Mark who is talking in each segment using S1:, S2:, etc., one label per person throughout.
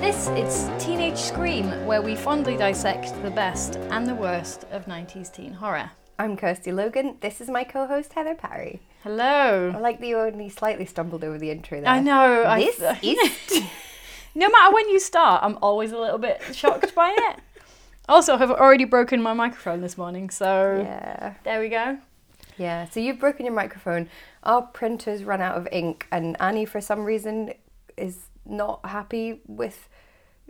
S1: This is Teenage Scream, where we fondly dissect the best and the worst of 90s teen horror.
S2: I'm Kirsty Logan. This is my co-host Heather Parry. I
S1: Hello.
S2: like that you only slightly stumbled over the intro there.
S1: I know. I-
S2: This is
S1: no matter when you start, I'm always a little bit shocked by it. Also, I've already broken my microphone this morning, so
S2: yeah,
S1: there we go.
S2: yeah. So you've broken your microphone. Our printers ran out of ink, and Annie, for some reason, is not happy with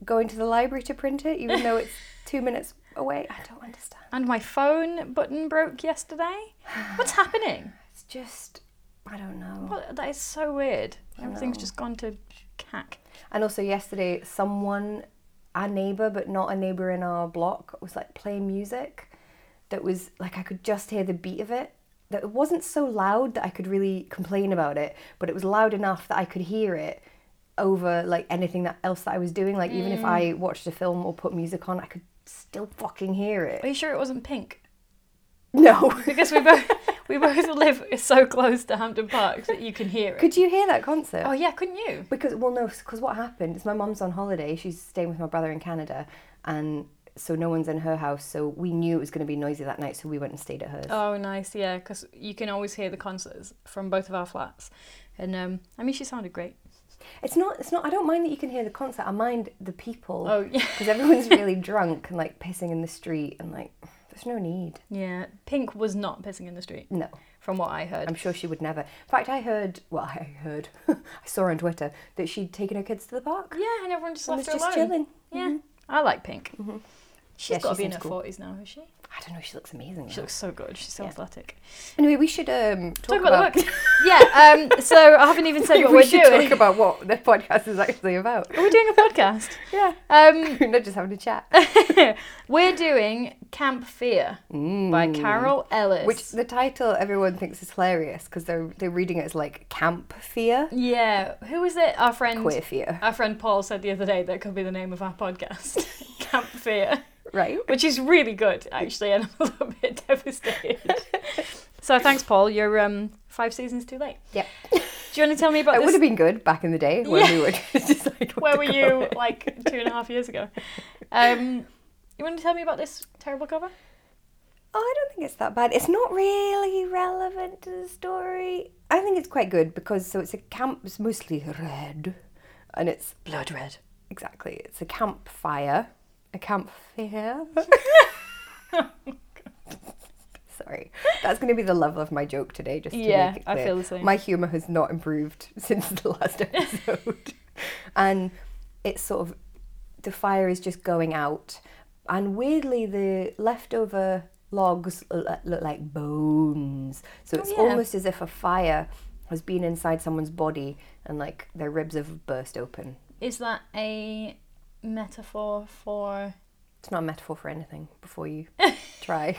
S2: going to the library to print it, even though it's two minutes away. I don't understand.
S1: And my phone button broke yesterday. What's happening?
S2: It's just I don't know.
S1: What, that is so weird. Everything's just gone to cack.
S2: And also yesterday, someone, a neighbor, but not a neighbor in our block, was like playing music that was like I could just hear the beat of it. That it wasn't so loud that I could really complain about it, but it was loud enough that I could hear it over like anything that else that I was doing. Like even if I watched a film or put music on, I could still fucking hear
S1: Are
S2: it.
S1: you sure it wasn't pink?
S2: No.
S1: Because we both we both live so close to Hampton Park that you can hear it.
S2: could you hear that concert?
S1: Oh yeah, couldn't you?
S2: Because well, no, because what happened is my mum's on holiday. She's staying with my brother in Canada, and so no one's in her house. So we knew it was going to be noisy that night, so we went and stayed at hers.
S1: Oh, nice, yeah, because you can always hear the concerts from both of our flats, and um, I mean, she sounded great.
S2: It's not. It's not. I don't mind that you can hear the concert. I mind the people.
S1: Oh, yeah.
S2: Because everyone's really drunk and like pissing in the street and like there's no need.
S1: Yeah, Pink was not pissing in the street,
S2: No,
S1: from what I heard.
S2: I'm sure she would never. In fact, I heard. Well, I heard. I saw on Twitter that she'd taken her kids to the park.
S1: yeah, and everyone just
S2: and
S1: left her
S2: was just
S1: alone.
S2: chilling. Mm-hmm.
S1: Yeah, I like Pink. She's
S2: Yeah,
S1: got to
S2: she
S1: be in
S2: seems
S1: her
S2: cool.
S1: forties now, is she?
S2: I don't know. She looks amazing.
S1: She
S2: though.
S1: looks so good. She's so
S2: Yeah.
S1: athletic.
S2: Anyway, we should um, talk,
S1: Talk, about, the book. yeah. Um, so I haven't even said what
S2: we
S1: we're
S2: should
S1: doing.
S2: talk about what the podcast is actually about.
S1: Are we doing a podcast?
S2: Yeah.
S1: Um,
S2: We're not just having a chat.
S1: we're doing Camp Fear by Carol Ellis.
S2: Mm. Which the title everyone thinks is hilarious because they're they're reading it as like camp fear,
S1: yeah, who was it? Our friend
S2: queer fear,
S1: Our friend Paul said the other day that could be the name of our podcast, Camp Fear,
S2: right?
S1: which is really good actually, and I'm a little bit devastated. so thanks, Paul. You're um, five seasons too late.
S2: Yep.
S1: Do you want to tell me about
S2: It would
S1: this?
S2: have been good back in the day when
S1: Yeah.
S2: we would decide what
S1: Where
S2: to
S1: were
S2: call
S1: you
S2: it.
S1: like two and a half years ago? Um, you want to tell me about this terrible cover?
S2: Oh, I don't think it's that bad. It's not really relevant to the story. I think it's quite good because so it's a camp. It's mostly red, and it's
S1: Blood red.
S2: exactly it's a campfire, a campfire. Sorry, that's going to be the level of my joke today. Just to
S1: Yeah,
S2: make it
S1: I
S2: clear.
S1: feel the same.
S2: My humor has not improved since the last episode, and it's sort of the fire is just going out, and weirdly the leftover logs l- look like bones. So it's
S1: yeah.
S2: almost as if a fire has been inside someone's body and like their ribs have burst open.
S1: Is that a metaphor for
S2: It's not a metaphor for anything. Before you try.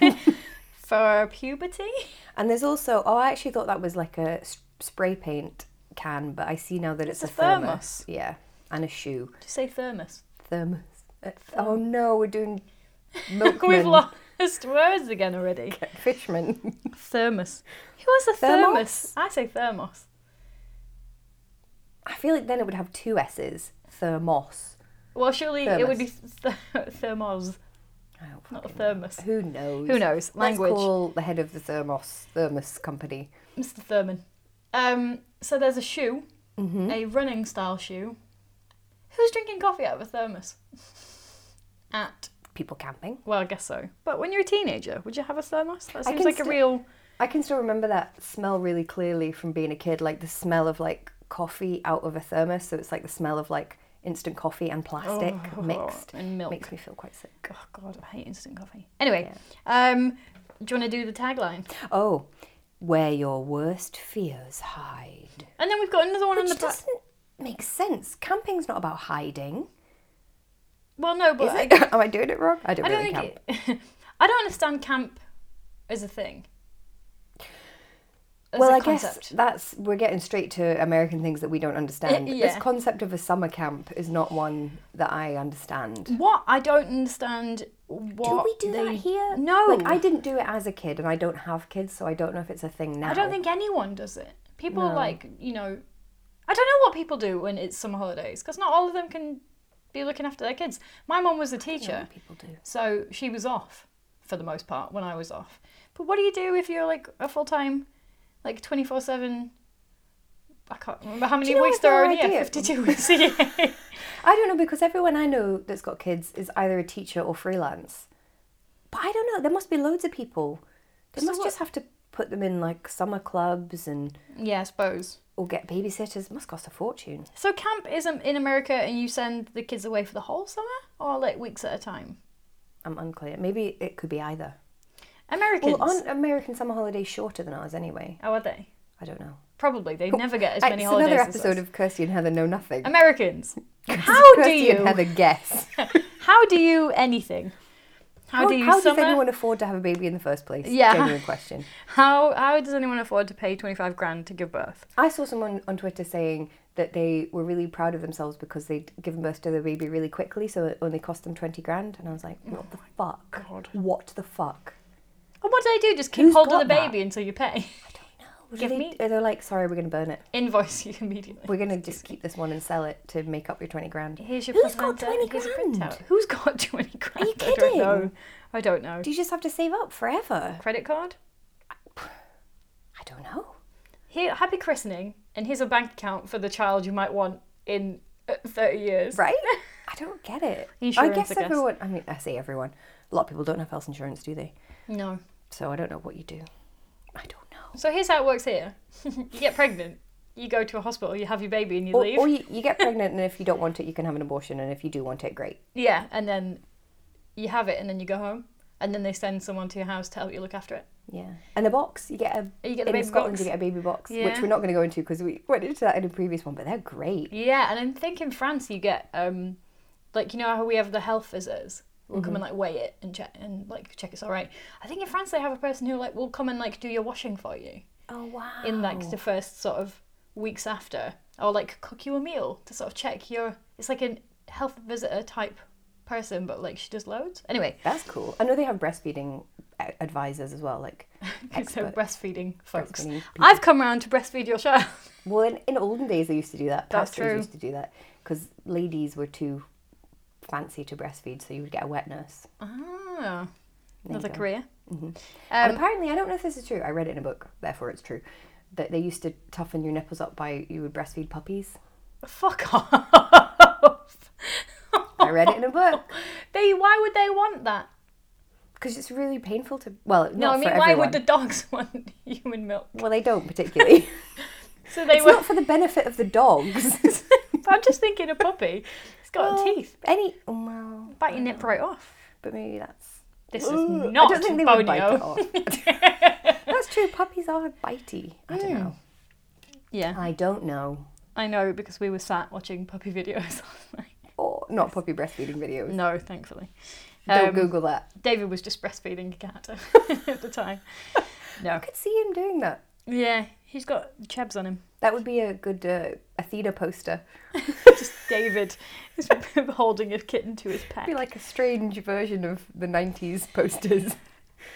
S1: for puberty?
S2: And there's also oh, I actually thought that was like a s- spray paint can, but I see now that it's,
S1: It's
S2: a,
S1: a
S2: thermos.
S1: thermos.
S2: Yeah, and a shoe
S1: Just say thermos.
S2: thermos. Uh, Oh no, we're doing
S1: We've
S2: milkman,
S1: lost words again already.
S2: fishman.
S1: Thermos. Who was a thermos?
S2: Thermos?
S1: I say thermos.
S2: I feel like then it would have two s's. Thermos.
S1: Well, surely it would be th- thermos,
S2: I don't
S1: not a
S2: fucking-
S1: thermos.
S2: Who knows?
S1: Who knows? Language.
S2: Let's call the head of the thermos thermos company.
S1: Mr. Thurman. Um, so there's a shoe,
S2: Mm-hmm.
S1: a running style shoe. Who's drinking coffee out of a thermos? At
S2: People camping.
S1: well, I guess so. But when you're a teenager, would you have a thermos? That seems
S2: can
S1: like
S2: still-
S1: a real.
S2: I can still remember that smell really clearly from being a kid, like the smell of like coffee out of a thermos. So it's like the smell of like instant coffee and plastic mixed.
S1: Oh, and milk.
S2: Makes me feel quite sick.
S1: Oh God, I hate instant coffee. Anyway, um, do you want to do the tagline?
S2: Oh, where your worst fears hide.
S1: And then we've got another one on
S2: Which
S1: the back.
S2: doesn't make sense. Camping's not about hiding.
S1: Well, no, but
S2: Is
S1: I-
S2: it? Am I doing it wrong? I don't
S1: I
S2: really
S1: don't
S2: camp.
S1: think it, I don't understand camp as a thing. as
S2: well,
S1: a
S2: I guess
S1: concept.
S2: that's we're getting straight to American things that we don't understand.
S1: yeah.
S2: This concept of a summer camp is not one that I understand.
S1: What I don't understand.
S2: Do
S1: What
S2: we do that
S1: they-
S2: here?
S1: No,
S2: Like I didn't do it as a kid, and I don't have kids, so I don't know if it's a thing now.
S1: I don't think anyone does it. People like you know, I don't know what people do when it's summer holidays because not all of them can be looking after their kids. My mum was a teacher,
S2: people do.
S1: so she was off for the most part when I was off. But what do you do if you're like a full time, like twenty four seven? I can't remember how many
S2: you know
S1: weeks
S2: what their
S1: there are in a year.
S2: idea-
S1: Fifty two weeks a year.
S2: I don't know because everyone I know that's got kids is either a teacher or freelance. But I don't know. There must be loads of people. They
S1: So
S2: must
S1: what-
S2: just have to put them in like summer clubs and
S1: yeah, I suppose.
S2: or get babysitters. must cost a fortune.
S1: So camp is um, in America, and you send the kids away for the whole summer, or like weeks at a time.
S2: I'm unclear. Maybe it could be either.
S1: Americans.
S2: Well, aren't American summer holidays shorter than ours anyway?
S1: How are they?
S2: I don't know.
S1: Probably they never get as
S2: Right,
S1: many
S2: it's
S1: holidays.
S2: another
S1: as
S2: episode
S1: us.
S2: of Kirsty and Heather know nothing.
S1: Americans. How do
S2: Kirsty and
S1: you?
S2: Heather guess?
S1: How do you anything? How, do you
S2: does
S1: summer?
S2: anyone afford to have a baby in the first place?
S1: Yeah.
S2: Genuine question.
S1: How how does anyone afford to pay twenty five grand to give birth?
S2: I saw someone on Twitter saying that they were really proud of themselves because they'd given birth to their baby really quickly, so it only cost them 20 grand. And I was like, what the fuck?
S1: Oh God.
S2: What the fuck?
S1: And what do they do? Just keep
S2: Who's
S1: hold of
S2: got
S1: the
S2: that?
S1: baby until you pay.
S2: What do
S1: Oh, Give
S2: they-
S1: me-
S2: They're like, sorry, we're going to burn it.
S1: Invoice you immediately.
S2: We're going to just keep this one and sell it to make up your 20 grand.
S1: Here's your
S2: Who's got
S1: placenta,
S2: 20
S1: here's your
S2: grand?
S1: printout. Who's got twenty grand?
S2: you
S1: I don't
S2: kidding?
S1: know. I don't know.
S2: Do you just have to save up forever?
S1: Credit card?
S2: I don't know.
S1: Here, happy christening, and here's a bank account for the child you might want in uh, thirty years.
S2: Right? I don't get it. I
S1: Insurance,
S2: guess
S1: I guess.
S2: everyone, I mean, I say everyone. A lot of people don't have health insurance, do they?
S1: No.
S2: So I don't know what you do. I don't know.
S1: So here's how it works here. you get pregnant, you go to a hospital, you have your baby, and you
S2: Or,
S1: leave.
S2: or you, you get pregnant, and if you don't want it, you can have an abortion, and if you do want it, great.
S1: Yeah, and then you have it, and then you go home, and then they send someone to your house to help you look after it.
S2: Yeah, and a box. You get a
S1: You get the
S2: in
S1: baby
S2: Scotland.
S1: box.
S2: You get a baby box, which
S1: Yeah.
S2: we're not going to go into because we went into that in a previous one. But they're great.
S1: Yeah, and I think in France you get um, like you know how we have the health visitors will
S2: Mm-hmm.
S1: come and like weigh it and check and like check it's all right. I think in France they have a person who like will come and like do your washing for you
S2: Oh wow!
S1: in like the first sort of weeks after, or like cook you a meal to sort of check your. It's like a health visitor type person, but like she does loads. Anyway,
S2: That's cool. I know they have breastfeeding a- advisors as well. Like,
S1: so
S2: expert
S1: breastfeeding folks.
S2: breastfeeding people.
S1: I've come round to breastfeed your child.
S2: well, in, in olden days they used to do that.
S1: That's
S2: Pastors
S1: true.
S2: used to do that because ladies were too fancy to breastfeed, so you would get a wet nurse.
S1: Ah,
S2: you
S1: another
S2: go.
S1: career.
S2: and
S1: Um,
S2: apparently, I don't know if this is true. I read it in a book, therefore it's true. That they used to toughen your nipples up by you would breastfeed puppies.
S1: Fuck off.
S2: I read it in a book.
S1: They, why would they want that?
S2: Because it's really painful to. Well, not
S1: No, I mean,
S2: for
S1: why
S2: everyone.
S1: would the dogs want human milk?
S2: Well, they don't particularly.
S1: So they
S2: it's
S1: were.
S2: not for the benefit of the dogs.
S1: I'm just thinking a puppy. It's got teeth.
S2: Any. Oh, well,
S1: Bite your nip right off.
S2: but maybe that's.
S1: This is
S2: Ooh,
S1: not
S2: I don't think they would bite it
S1: Bonio.
S2: off. that's true. Puppies are bitey. I
S1: Hmm.
S2: don't know.
S1: Yeah,
S2: I don't know.
S1: I know because we were sat watching puppy videos last night.
S2: Or not puppy breastfeeding videos.
S1: No, thankfully.
S2: Don't
S1: Um,
S2: Google that.
S1: David was just breastfeeding a cat at the time. No.
S2: I could see him doing that.
S1: Yeah, he's got chebs on him.
S2: That would be a good uh, a theatre poster.
S1: Just David is holding a kitten to his pet.
S2: It'd be like a strange version of the '90s posters.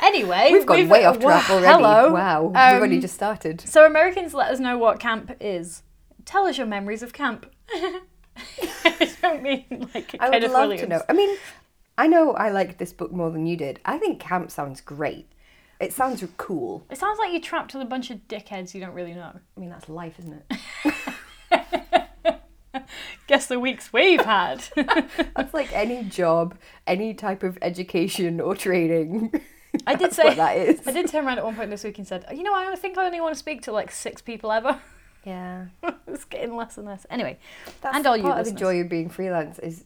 S1: Anyway,
S2: We've gone way off track
S1: Wow,
S2: already.
S1: Hello.
S2: Wow, we've
S1: Um,
S2: only just started.
S1: So Americans, let us know what camp is. Tell us your memories of camp. I don't mean like
S2: I would
S1: Kenneth
S2: love
S1: Williams.
S2: to know. I mean, I know I liked this book more than you did. I think camp sounds great. It sounds cool.
S1: It sounds like you're trapped with a bunch of dickheads you don't really know.
S2: I mean, that's life, isn't it?
S1: Guess the weeks we've had.
S2: That's like any job, any type of education or training.
S1: I did
S2: That's what
S1: say.
S2: that is.
S1: I did turn around at one point this week and said, "You know, I only think I only want to speak to like six people ever.
S2: Yeah,
S1: it's getting less and less." Anyway,
S2: that's
S1: And all you
S2: part of the
S1: listeners.
S2: joy of being freelance is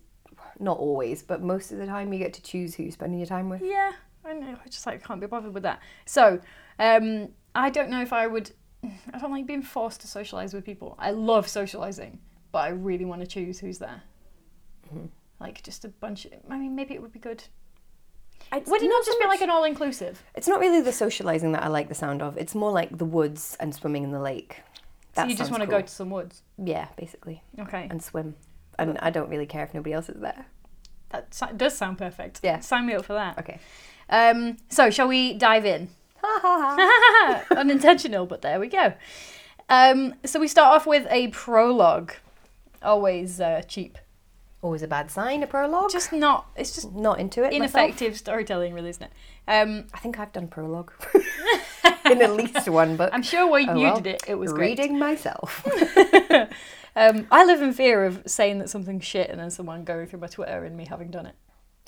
S2: not always, but most of the time you get to choose who you're spending your time with.
S1: Yeah, I know. I just like can't be bothered with that. So, um, I don't know if I would. I don't like being forced to socialize with people. I love socializing, but I really want to
S2: Mm-hmm.
S1: choose who's there. Like just a bunch. I mean, maybe it would be good.
S2: it's
S1: Would it not
S2: so
S1: just be
S2: much-
S1: like an all inclusive?
S2: It's not really the socializing that I like the sound of. It's more like the woods and swimming in the lake.
S1: So
S2: That
S1: you just
S2: sounds
S1: want to
S2: cool.
S1: go to some woods.
S2: Yeah, basically,
S1: Okay.
S2: and swim. And I don't really care if nobody else is there.
S1: That so- does sound perfect.
S2: Yeah.
S1: Sign me up for that.
S2: Okay.
S1: Um, so, shall we dive in?
S2: Ha ha ha.
S1: Unintentional, but there we go. Um, so, we start off with a prologue. Always uh, cheap.
S2: Always a bad sign. A prologue.
S1: Just not, it's just
S2: not into it. myself.
S1: ineffective storytelling, really, isn't it? Um,
S2: I think I've done prologue in at least one book.
S1: I'm sure when
S2: Oh,
S1: you
S2: well.
S1: did it, it was great.
S2: reading myself.
S1: Um, I live in fear of saying that something's shit and then someone going through my Twitter and me having done it.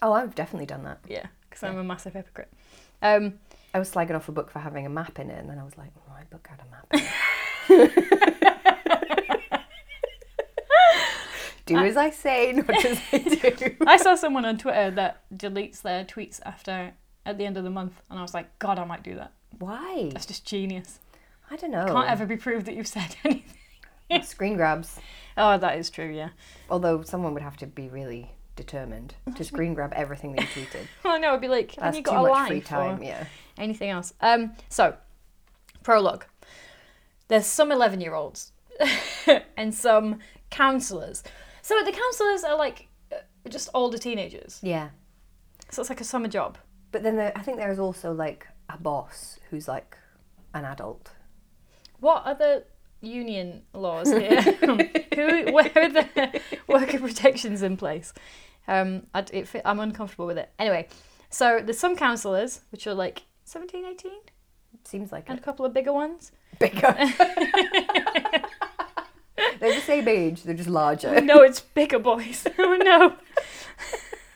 S2: oh, I've definitely done that.
S1: Yeah, because I'm
S2: Yeah.
S1: a massive hypocrite. Um,
S2: I was slagging off a book for having a map in it, and then I was like, oh, my book had a map. in it." do as I say, not as I do.
S1: I saw someone on Twitter that deletes their tweets after at the end of the month, and I was like, God, I might do that.
S2: Why?
S1: That's just genius.
S2: I don't know.
S1: Can't ever be proved that you've said anything.
S2: Screen grabs.
S1: Oh, that is true. Yeah.
S2: Although someone would have to be really determined to screen grab everything that you tweeted.
S1: Well, no, it'd be like, have
S2: That's
S1: you
S2: too
S1: got a
S2: much
S1: life
S2: free time.
S1: or
S2: Yeah.
S1: anything else? Um, so prologue. There's some 11 year olds and some counselors. So the counselors are like uh, just older teenagers.
S2: Yeah.
S1: So it's like a summer job.
S2: But then there, I think there is also like a boss who's like an adult.
S1: What are the union laws here? Who, where are the worker protections in place? Um, I, it, fe- I'm uncomfortable with it. Anyway, so there's some counsellors, which are like 17, 18,
S2: Seems like
S1: and
S2: it.
S1: a couple of bigger ones.
S2: Bigger. they're the same age, they're just larger.
S1: No, it's bigger boys. oh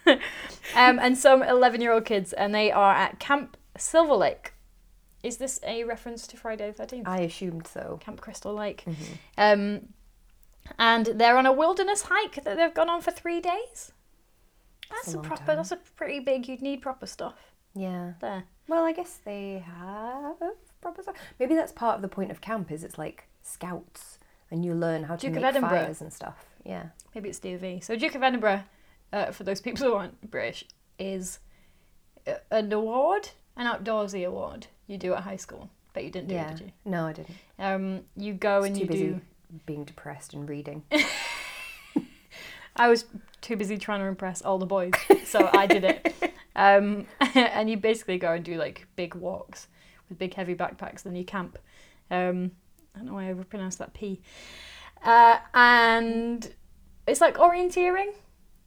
S1: no. um, and some 11 year old kids, and they are at Camp Silver Lake. Is this a reference to Friday the 13th?
S2: I Mm-hmm. assumed so.
S1: Camp Crystal Lake. Um, and they're on a wilderness hike that they've gone on for three days. That's,
S2: a
S1: a,
S2: long
S1: proper.
S2: time.
S1: That's a pretty big. You'd need proper stuff
S2: Yeah.
S1: there.
S2: Well, I guess they have proper stuff. Maybe that's part of the point of camp is it's like scouts and you learn how to
S1: Duke of
S2: make
S1: Edinburgh.
S2: fires and stuff. Yeah.
S1: Maybe it's DV. So Duke of Edinburgh, uh, for those people who aren't British, is a- an award, an outdoorsy award you do at high school. But you didn't do
S2: yeah.
S1: it, did you?
S2: No, I didn't.
S1: Um, you go
S2: I was
S1: and
S2: too
S1: you
S2: busy
S1: do.
S2: being depressed and reading.
S1: I was too busy trying to impress all the boys, so I did it. Um, and you basically go and do like big walks with big heavy backpacks, then you camp. Um, I don't know why I overpronounced that P. Uh, and it's like orienteering.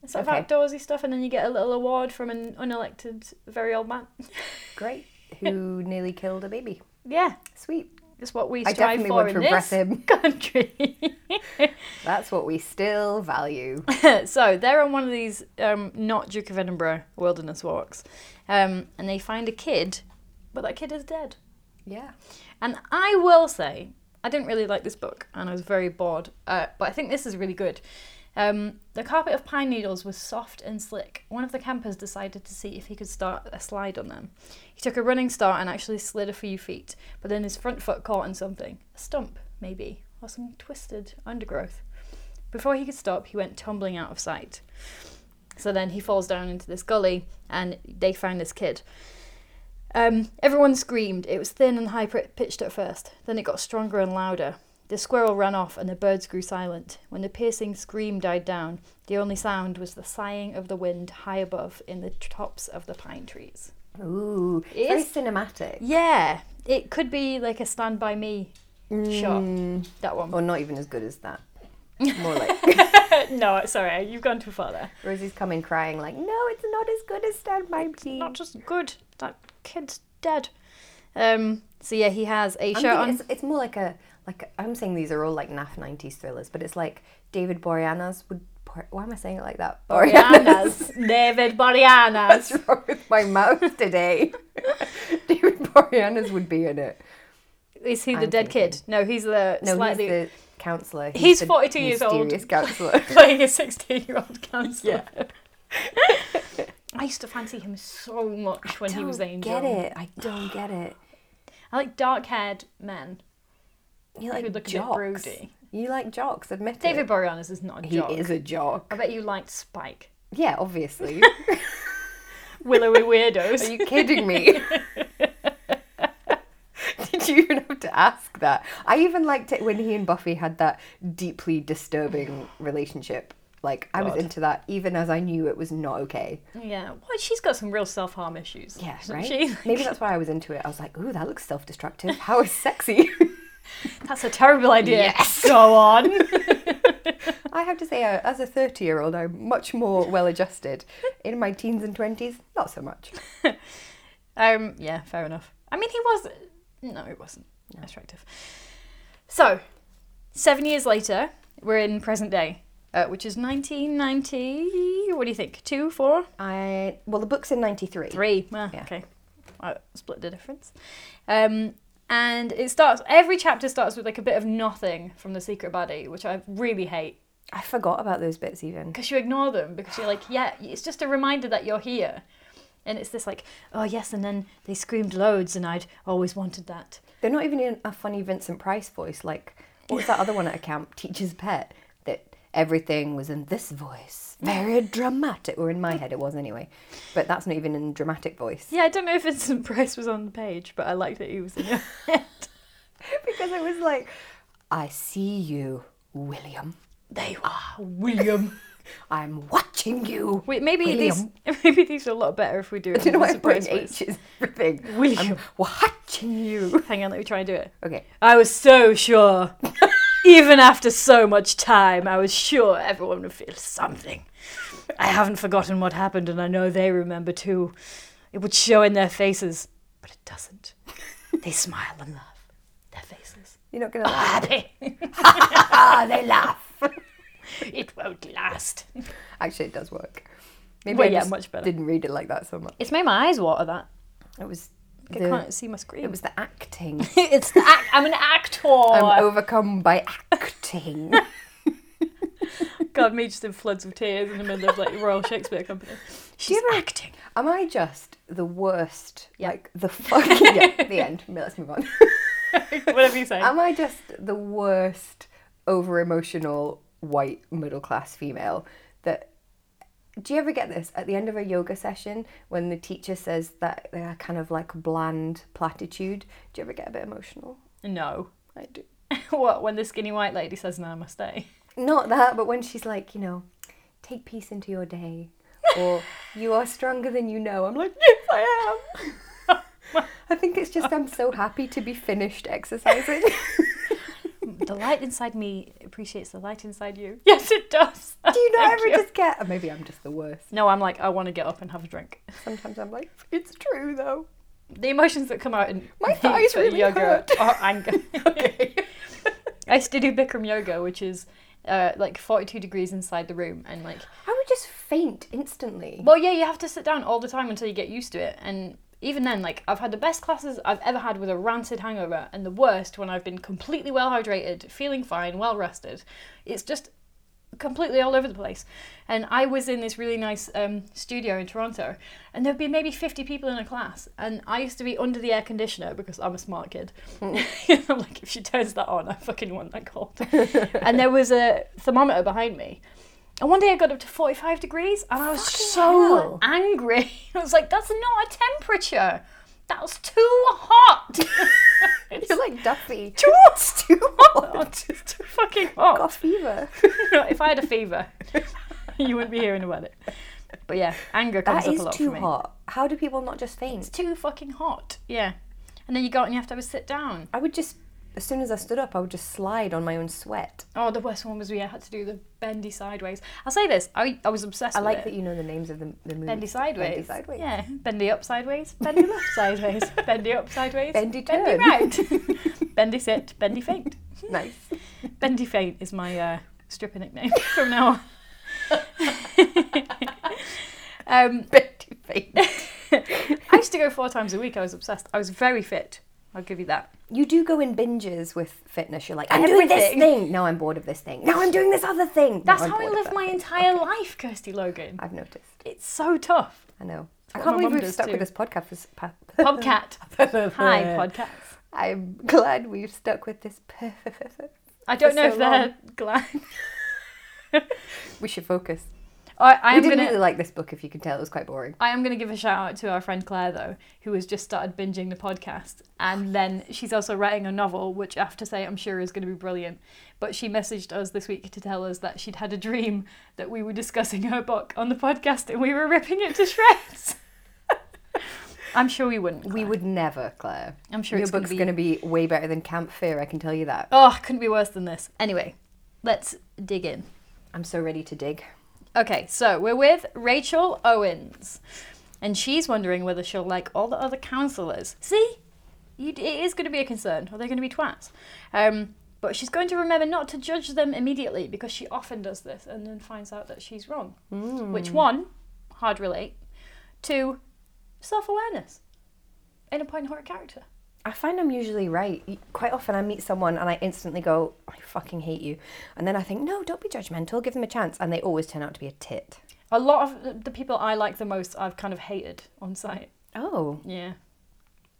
S1: It's sort
S2: Okay.
S1: of outdoorsy stuff, and then you get a little award from an unelected, very old man.
S2: Great. Who nearly killed a baby.
S1: Yeah,
S2: Sweet.
S1: that's what we
S2: I
S1: strive
S2: definitely
S1: for
S2: want
S1: in
S2: to
S1: this
S2: impress him.
S1: country.
S2: That's what we still value.
S1: so they're on one of these um, not Duke of Edinburgh wilderness walks, um, and they find a kid, but that kid is dead.
S2: Yeah.
S1: And I will say, I didn't really like this book, and I was very bored. Uh, but I think this is really good. Um, the carpet of pine needles was soft and slick. One of the campers decided to see if he could start a slide on them. He took a running start and actually slid a few feet, but then his front foot caught on something a stump, maybe, or some twisted undergrowth. Before he could stop, he went tumbling out of sight. So then he falls down into this gully, and they find this kid. Um, everyone screamed. It was thin and high pri- pitched at first. Then it got stronger and louder. The squirrel ran off and the birds grew silent. When the piercing scream died down, the only sound was the sighing of the wind high above in the tops of the pine trees.
S2: Ooh.
S1: It
S2: very
S1: is-
S2: cinematic.
S1: Yeah, it could be like a Stand By Me
S2: Mm.
S1: shot. That one.
S2: Or not even as good as that. More like
S1: no, sorry, you've gone too far there.
S2: Rosie's coming crying, like, no, it's not as good as Stand By Me.
S1: Not just good. That kid's dead. Um. So yeah, he has a
S2: I'm
S1: shirt
S2: thinking
S1: on.
S2: It's, it's more like a like I'm saying these are all like naff '90s thrillers, but it's like David Boreanaz would. Bor- Why am I saying it like that?
S1: Boreanas. David Boreanas.
S2: What's wrong with my mouth today? David Boreanaz would be in it.
S1: Is he the
S2: I'm
S1: dead kid? No, he's the
S2: No,
S1: slightly
S2: he's the counselor.
S1: He's
S2: the
S1: 42 years old.
S2: Mysterious counselor.
S1: playing a sixteen-year-old counselor. I used to fancy him so much when he was
S2: don't
S1: angel.
S2: get it. I don't get it.
S1: I like dark-haired men.
S2: You like
S1: Who look a bit
S2: jocks.
S1: broody.
S2: You like jocks. Admit
S1: David
S2: it.
S1: Boreanaz is not a
S2: He
S1: jock.
S2: is a jock.
S1: I bet you liked Spike.
S2: Yeah, obviously.
S1: willowy weirdos.
S2: Are you kidding me? Did you even have to ask that? I even liked it when he and Buffy had that deeply disturbing relationship. Like I was
S1: God.
S2: into that even as I knew it was not okay.
S1: yeah. Well, she's got some real self harm issues.
S2: Yeah,
S1: doesn't
S2: right.
S1: She?
S2: Maybe that's why I was into it. I was like, "Ooh, that looks self-destructive. How sexy!"
S1: That's a terrible idea.
S2: Yes.
S1: Go on.
S2: I have to say, uh, as a thirty-year-old, I'm much more well-adjusted. In my teens and twenties, not so much.
S1: um. Yeah. Fair enough. I mean, he was. No, it wasn't attractive. So, seven years later, we're in present day, uh, which is 1990. What do you think? Two, four?
S2: I well, the book's in '93.
S1: Three. Ah,
S2: Yeah.
S1: Okay. I split the difference. Um, and it starts, every chapter starts with like a bit of nothing from The Secret Body, which I really hate.
S2: I forgot about those bits even.
S1: Because you ignore them, because you're like, yeah, it's just a reminder that you're here. And it's this like, oh yes, and then they screamed loads, and I'd always wanted that.
S2: They're not even in a funny Vincent Price voice. Like, what's that other one at a camp? Teacher's pet. That everything was in this voice. Very dramatic. Or in my head, it was anyway. But that's not even in dramatic voice.
S1: Yeah, I don't know if Vincent Price was on the page, but I liked that he was in it.
S2: because it was like, I see you, William.
S1: they were William.
S2: I'm watching you.
S1: Wait, maybe these maybe these are a lot better if we do it.
S2: Do you know
S1: in
S2: why I'm
S1: Vincent Price
S2: putting
S1: voice.
S2: H's everything?
S1: William.
S2: I'm watching you.
S1: Um, Hang on, let me try and do it.
S2: Okay.
S1: I was so sure. Even after so much time, I was sure everyone would feel something. I haven't forgotten what happened, and I know they remember too. It would show in their faces, but it doesn't. They smile and laugh. Their faces.
S2: You're not going to laugh.
S1: Happy.
S2: ah, they laugh.
S1: It won't last.
S2: Actually, it does work. Maybe
S1: Well,
S2: I
S1: yeah,
S2: just
S1: much better.
S2: didn't read it like that so much.
S1: It's made my eyes water that.
S2: It was.
S1: I
S2: the-
S1: can't see my screen.
S2: It was the acting.
S1: it's the act. I'm an actor.
S2: I'm
S1: oh,
S2: overcome by acting.
S1: God, me just in floods of tears in the middle of like Royal Shakespeare Company. She's acting.
S2: Am I just the worst?
S1: Yeah.
S2: Like the fucking yeah, the end. No, Let's move on.
S1: Whatever you say.
S2: Am I just the worst over emotional white middle class female that do you ever get this at the end of a yoga session when the teacher says that they're kind of like bland platitude? Do you ever get a bit emotional?
S1: no.
S2: I do.
S1: what when the skinny white lady says namaste
S2: Not that, but when she's like, you know, take peace into your day, or you are stronger than you know, I'm like, yes, I am. I think it's just I'm so happy to be finished exercising.
S1: the light inside me appreciates the light inside you yes it does
S2: Do you not
S1: Thank
S2: ever
S1: you.
S2: just get? Or maybe I'm just the worst.
S1: no i'm like i want to get up and have a drink
S2: Sometimes I'm like, it's true though.
S1: the emotions that come out in
S2: My thighs
S1: for
S2: really
S1: yoga
S2: hurt.
S1: are anger i used to do bikram yoga which is uh, like 42 degrees inside the room and like
S2: I would just faint instantly.
S1: well yeah you have to sit down all the time until you get used to it and even then like i've had the best classes i've ever had with a rancid hangover and the worst when i've been completely well hydrated feeling fine well rested it's just completely all over the place. And I was in this really nice um, studio in Toronto, and there'd be maybe 50 people in a class. And I used to be under the air conditioner because I'm a smart kid. I'm like, if she turns that on, I fucking want that cold. and there was a thermometer behind me. And one day I got up to 45 degrees and I was so
S2: hell.
S1: angry. I was like, that's not a temperature. That was too hot. it's
S2: You're like Duffy.
S1: too
S2: It's too hot.
S1: hot. It's too fucking hot.
S2: Got fever.
S1: if I had a fever, you wouldn't be hearing about it. But yeah, anger comes
S2: That
S1: up
S2: is
S1: a lot
S2: too
S1: for me.
S2: hot. How do people not just faint?
S1: It's too fucking hot. Yeah. And then you go out and you have to have a sit down.
S2: I would just, as soon as I stood up, I would just slide on my own sweat.
S1: Oh, the worst one was we had to do the bendy sideways. I'll say this, I, I was obsessed
S2: I
S1: with
S2: like
S1: it.
S2: that you know the names of the, the movies.
S1: Bendy sideways.
S2: Bendy sideways.
S1: Yeah. Bendy up sideways. Bendy left sideways. Bendy up sideways.
S2: Bendy turn.
S1: right. bendy sit. Bendy faint.
S2: Nice.
S1: Bendy faint is my uh, stripper nickname from now on. um,
S2: Bendy face.
S1: I used to go four times a week. I was obsessed. I was very fit. I'll give you that.
S2: You do go in binges with fitness. You're like, I'm
S1: I'm
S2: doing this
S1: everything.
S2: thing. Now I'm bored of this thing. Now I'm doing this other thing. Now
S1: That's
S2: I'm
S1: how I
S2: bored of
S1: live
S2: that
S1: my
S2: thing.
S1: entire life, Kirsty Logan.
S2: I've noticed.
S1: It's so tough.
S2: I know. I
S1: what
S2: can't
S1: my
S2: believe
S1: mum
S2: we've
S1: does
S2: stuck
S1: too.
S2: with this podcast. For, s- pa-
S1: Podcat. Hi, podcasts.
S2: I'm glad we've stuck with this. per-
S1: I don't
S2: For
S1: know
S2: so
S1: if they're glad.
S2: we should focus.
S1: I, I
S2: I
S1: am
S2: didn't
S1: gonna
S2: really like this book, if you can tell. It was quite boring.
S1: I am going to give a shout out to our friend Claire, though, who has just started binging the podcast. And then she's also writing a novel, which I have to say, I'm sure is going to be brilliant. But she messaged us this week to tell us that she'd had a dream that we were discussing her book on the podcast and we were ripping it to shreds. I'm sure we wouldn't.
S2: We would never, Claire.
S1: I'm sure
S2: Your
S1: it's gonna
S2: book's
S1: be-
S2: going to be way better than Camp Fear, I can tell you that.
S1: Oh, couldn't be worse than this. Anyway, let's dig in.
S2: I'm so ready to dig.
S1: Okay, so we're with Rachel Owens, and she's wondering whether she'll like all the other counselors. See, you, it is going to be a concern. Are they going to be twats? Um, but she's going to remember not to judge them immediately because she often does this and then finds out that she's wrong.
S2: Hmm.
S1: Which one, hard relate. Two, self awareness. In a point horror character.
S2: I find I'm usually right. Y- Quite often I meet someone and I instantly go, I fucking hate you. And then I think, no, don't be judgmental, give them a chance. And they always turn out to be a tit.
S1: A lot of the- the people I like the most, I've kind of hated on site.
S2: Oh,
S1: Yeah,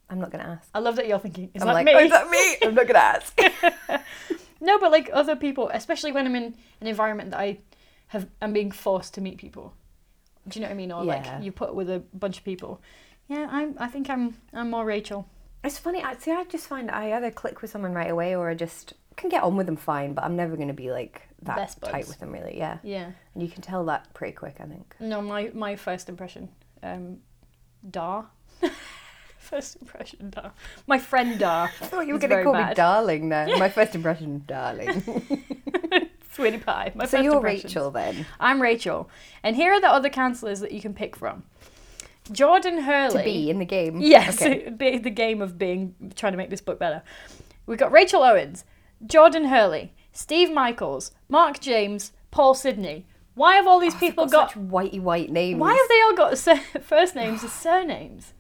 S2: I'm not going to ask.
S1: I love that you're thinking. Is
S2: I'm
S1: that
S2: like,
S1: me?
S2: oh, is that me? I'm not going to ask.
S1: No, but like other people, especially when I'm in an environment that I have, I'm being forced to meet people. Do you know what I mean? Or
S2: Yeah.
S1: like you put with a bunch of people. Yeah, I'm. I think I'm. I'm more Rachel.
S2: it's funny. I see. I just find I either click with someone right away or I just can get on with them fine. But I'm never going to be like that
S1: Best buds.
S2: tight with them, really. Yeah.
S1: Yeah.
S2: And you can tell that pretty quick, I think.
S1: No, my my first impression, um, Dar. first impression, Dar. My friend Dar.
S2: I thought you were
S1: It's
S2: going to
S1: very
S2: call me
S1: bad.
S2: darling. There, my first impression, darling.
S1: Sweetie pie. My
S2: so
S1: first
S2: you're
S1: impressions.
S2: Rachel then.
S1: I'm Rachel, and here are the other counselors that you can pick from. Jordan Hurley.
S2: To be in the game.
S1: Yes,
S2: Okay.
S1: be- the game of being trying to make this book better. We've got Rachel Owens, Jordan Hurley, Steve Michaels, Mark James, Paul Sidney. Why have all these
S2: I've
S1: people
S2: Oh, got,
S1: got?
S2: such whitey white names.
S1: why have they all got sur- first names as surnames?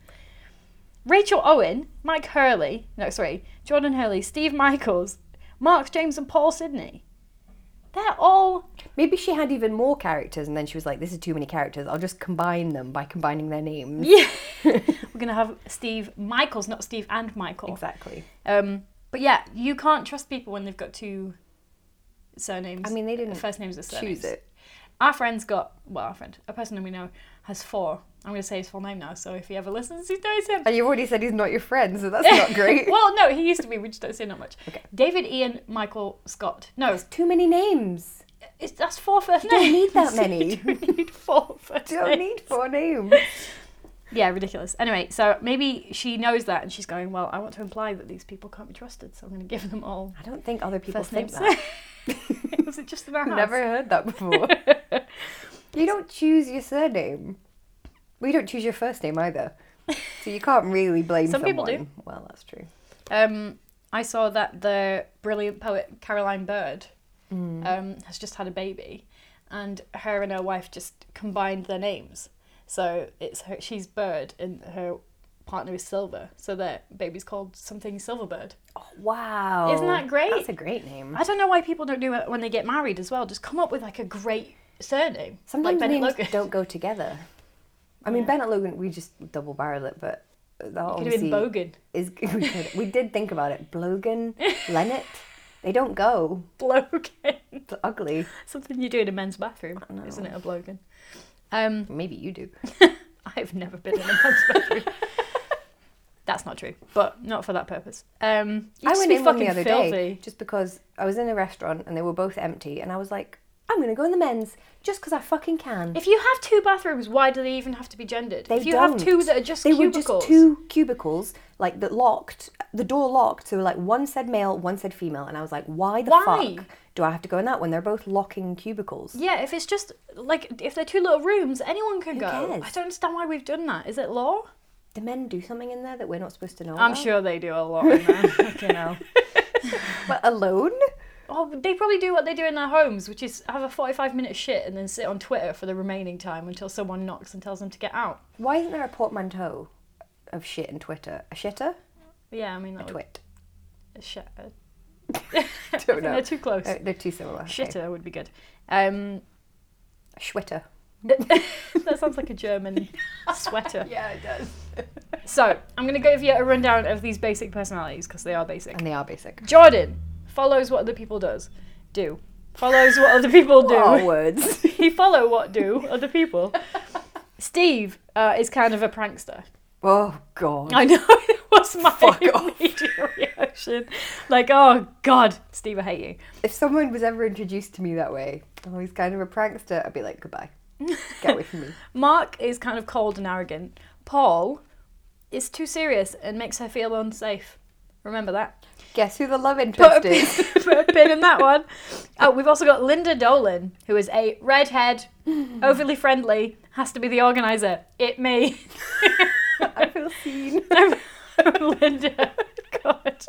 S1: Rachel Owen, Mike Hurley, no, sorry, Jordan Hurley, Steve Michaels, Mark James, and Paul Sidney. They're all
S2: Maybe she had even more characters, and then she was like, "This is too many characters. I'll just combine them by combining their names."
S1: yeah. We're gonna have Steve Michaels, not Steve and Michael.
S2: Exactly.
S1: Um, but yeah, you can't trust people when they've got two surnames.
S2: I mean, they didn't
S1: first names are surnames.
S2: Choose it.
S1: Our friend's got well, our friend, a person we know has four. I'm going to say his full name now, so if he ever listens, he knows him.
S2: And you've already said he's not your friend, so that's not great.
S1: well, no, he used to be. We just don't say not much.
S2: Okay.
S1: David Ian Michael Scott. No,
S2: Too many names.
S1: it's, that's four first
S2: don't
S1: names.
S2: need that
S1: You
S2: many.
S1: don't need four first names.
S2: Don't need four names.
S1: Yeah, ridiculous. Anyway, so maybe she knows that, and she's going, "Well, I want to imply that these people can't be trusted, so I'm going to give them all
S2: I don't think other people
S1: first
S2: think
S1: names."
S2: that.
S1: Was it just in our house?
S2: Never heard that before. you don't choose your surname. We don't choose your first name either. So you can't really blame
S1: Some people
S2: someone.
S1: do.
S2: Well, that's true.
S1: Um, I saw that the brilliant poet Caroline Bird
S2: Mm.
S1: um, has just had a baby, and her and her wife just combined their names. So it's her, she's Bird, and her partner is Silver. So their baby's called something Silverbird.
S2: Oh, wow.
S1: Isn't that great?
S2: That's a great name.
S1: I don't know why people don't do it when they get married as well. Just come up with like a great surname,
S2: Sometimes
S1: like Bennett
S2: names
S1: Logan.
S2: don't go together. I mean, Bennett Logan, we just double barrel it, but that
S1: Could have
S2: obviously
S1: been Bogan,
S2: is. We, could- we did think about it. Blogan, Lennart, they don't go.
S1: Blogan.
S2: It's ugly.
S1: Something you do in a men's bathroom, isn't it? A Blogan. Um,
S2: Maybe you do.
S1: I've never been in a man's bathroom. That's not true, but not for that purpose. Um, you
S2: I
S1: just
S2: went
S1: be
S2: in one
S1: fucking
S2: the other
S1: filthy.
S2: day just because I was in a restaurant and they were both empty, and I was like, I'm gonna go in the men's just because I fucking can.
S1: If you have two bathrooms, why do they even have to be gendered?
S2: They
S1: if you
S2: don't.
S1: have two that are just
S2: they
S1: cubicles,
S2: were just two cubicles, like that locked, the door locked. So like one said male, one said female, and I was like, why the
S1: Why?
S2: fuck do I have to go in that one? They're both locking cubicles.
S1: yeah, if it's just like if they're two little rooms, anyone can go.
S2: cares?
S1: I don't understand why we've done that. Is it law?
S2: Do men do something in there that we're not supposed to know?
S1: I'm
S2: about?
S1: sure they do a lot. In there. Fucking hell.
S2: But alone?
S1: Oh, they probably do what they do in their homes, which is have a 45 minute shit and then sit on Twitter for the remaining time until someone knocks and tells them to get out.
S2: Why isn't there a portmanteau of shit and Twitter? A shitter?
S1: Yeah, I mean that would
S2: Twit.
S1: shit.
S2: Don't know.
S1: They're too close.
S2: Uh, they're too similar. Okay.
S1: Shitter would be good. Um,
S2: Schwitter.
S1: that sounds like a German sweater.
S2: Yeah, it does.
S1: So I'm going to give you a rundown of these basic personalities because they are basic.
S2: And they are basic.
S1: Jordan follows what other people does. Do follows what other people do.
S2: Our Oh, words.
S1: He follow what do other people. Steve uh, is kind of a prankster.
S2: Oh God.
S1: I know it was my
S2: Fuck off.
S1: immediate reaction. Like, oh God, Steve, I hate you.
S2: If someone was ever introduced to me that way, oh, he's kind of a prankster, I'd be like, goodbye. Get away from me.
S1: Mark is kind of cold and arrogant. Paul is too serious and makes her feel unsafe. Remember that.
S2: Guess who the love
S1: Put
S2: interest
S1: a,
S2: is?
S1: pin, put a pin in that one. Oh, we've also got Linda Dolan, who is a redhead, overly friendly, has to be the organizer. It me.
S2: I feel seen.
S1: Linda. God.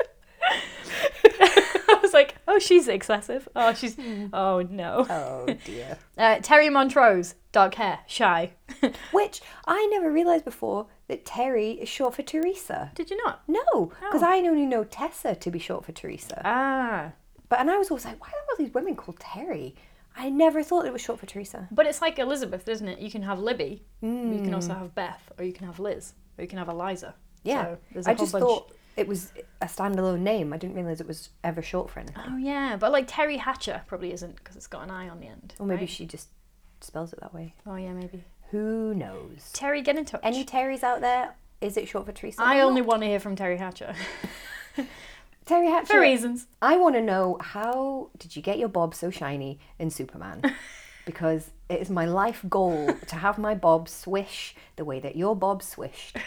S1: I was like, oh, she's excessive. Oh, she's. Oh, no.
S2: Hmm. Oh dear.
S1: Uh, Terry Montrose, dark hair, shy.
S2: Which I never realised before that Terry is short for Teresa.
S1: Did you not?
S2: No, because
S1: Oh.
S2: I only know Tessa to be short for Teresa.
S1: Ah.
S2: But and I was always like, why are all these women called Terry? I never thought it was short for Teresa.
S1: But it's like Elizabeth, isn't it? You can have Libby, you can also have Beth, or you can have Liz, or you can have Eliza.
S2: Hmm. Yeah,
S1: So there's a
S2: I
S1: whole
S2: just
S1: bunch.
S2: thought it was a standalone name. I didn't realise it was ever short for anything.
S1: Oh, yeah. But like Terry Hatcher probably isn't because it's got an eye on the end.
S2: Or maybe
S1: right?
S2: she just spells it that way.
S1: Oh, yeah, maybe.
S2: Who knows?
S1: Terry, get in touch.
S2: Any Terrys out there? Is it short for Teresa?
S1: I
S2: or
S1: only
S2: not?
S1: want to hear from Terry Hatcher
S2: Terry Hatcher.
S1: for reasons.
S2: I want to know how did you get your bob so shiny in Superman? because it is my life goal to have my bob swish the way that your bob swished.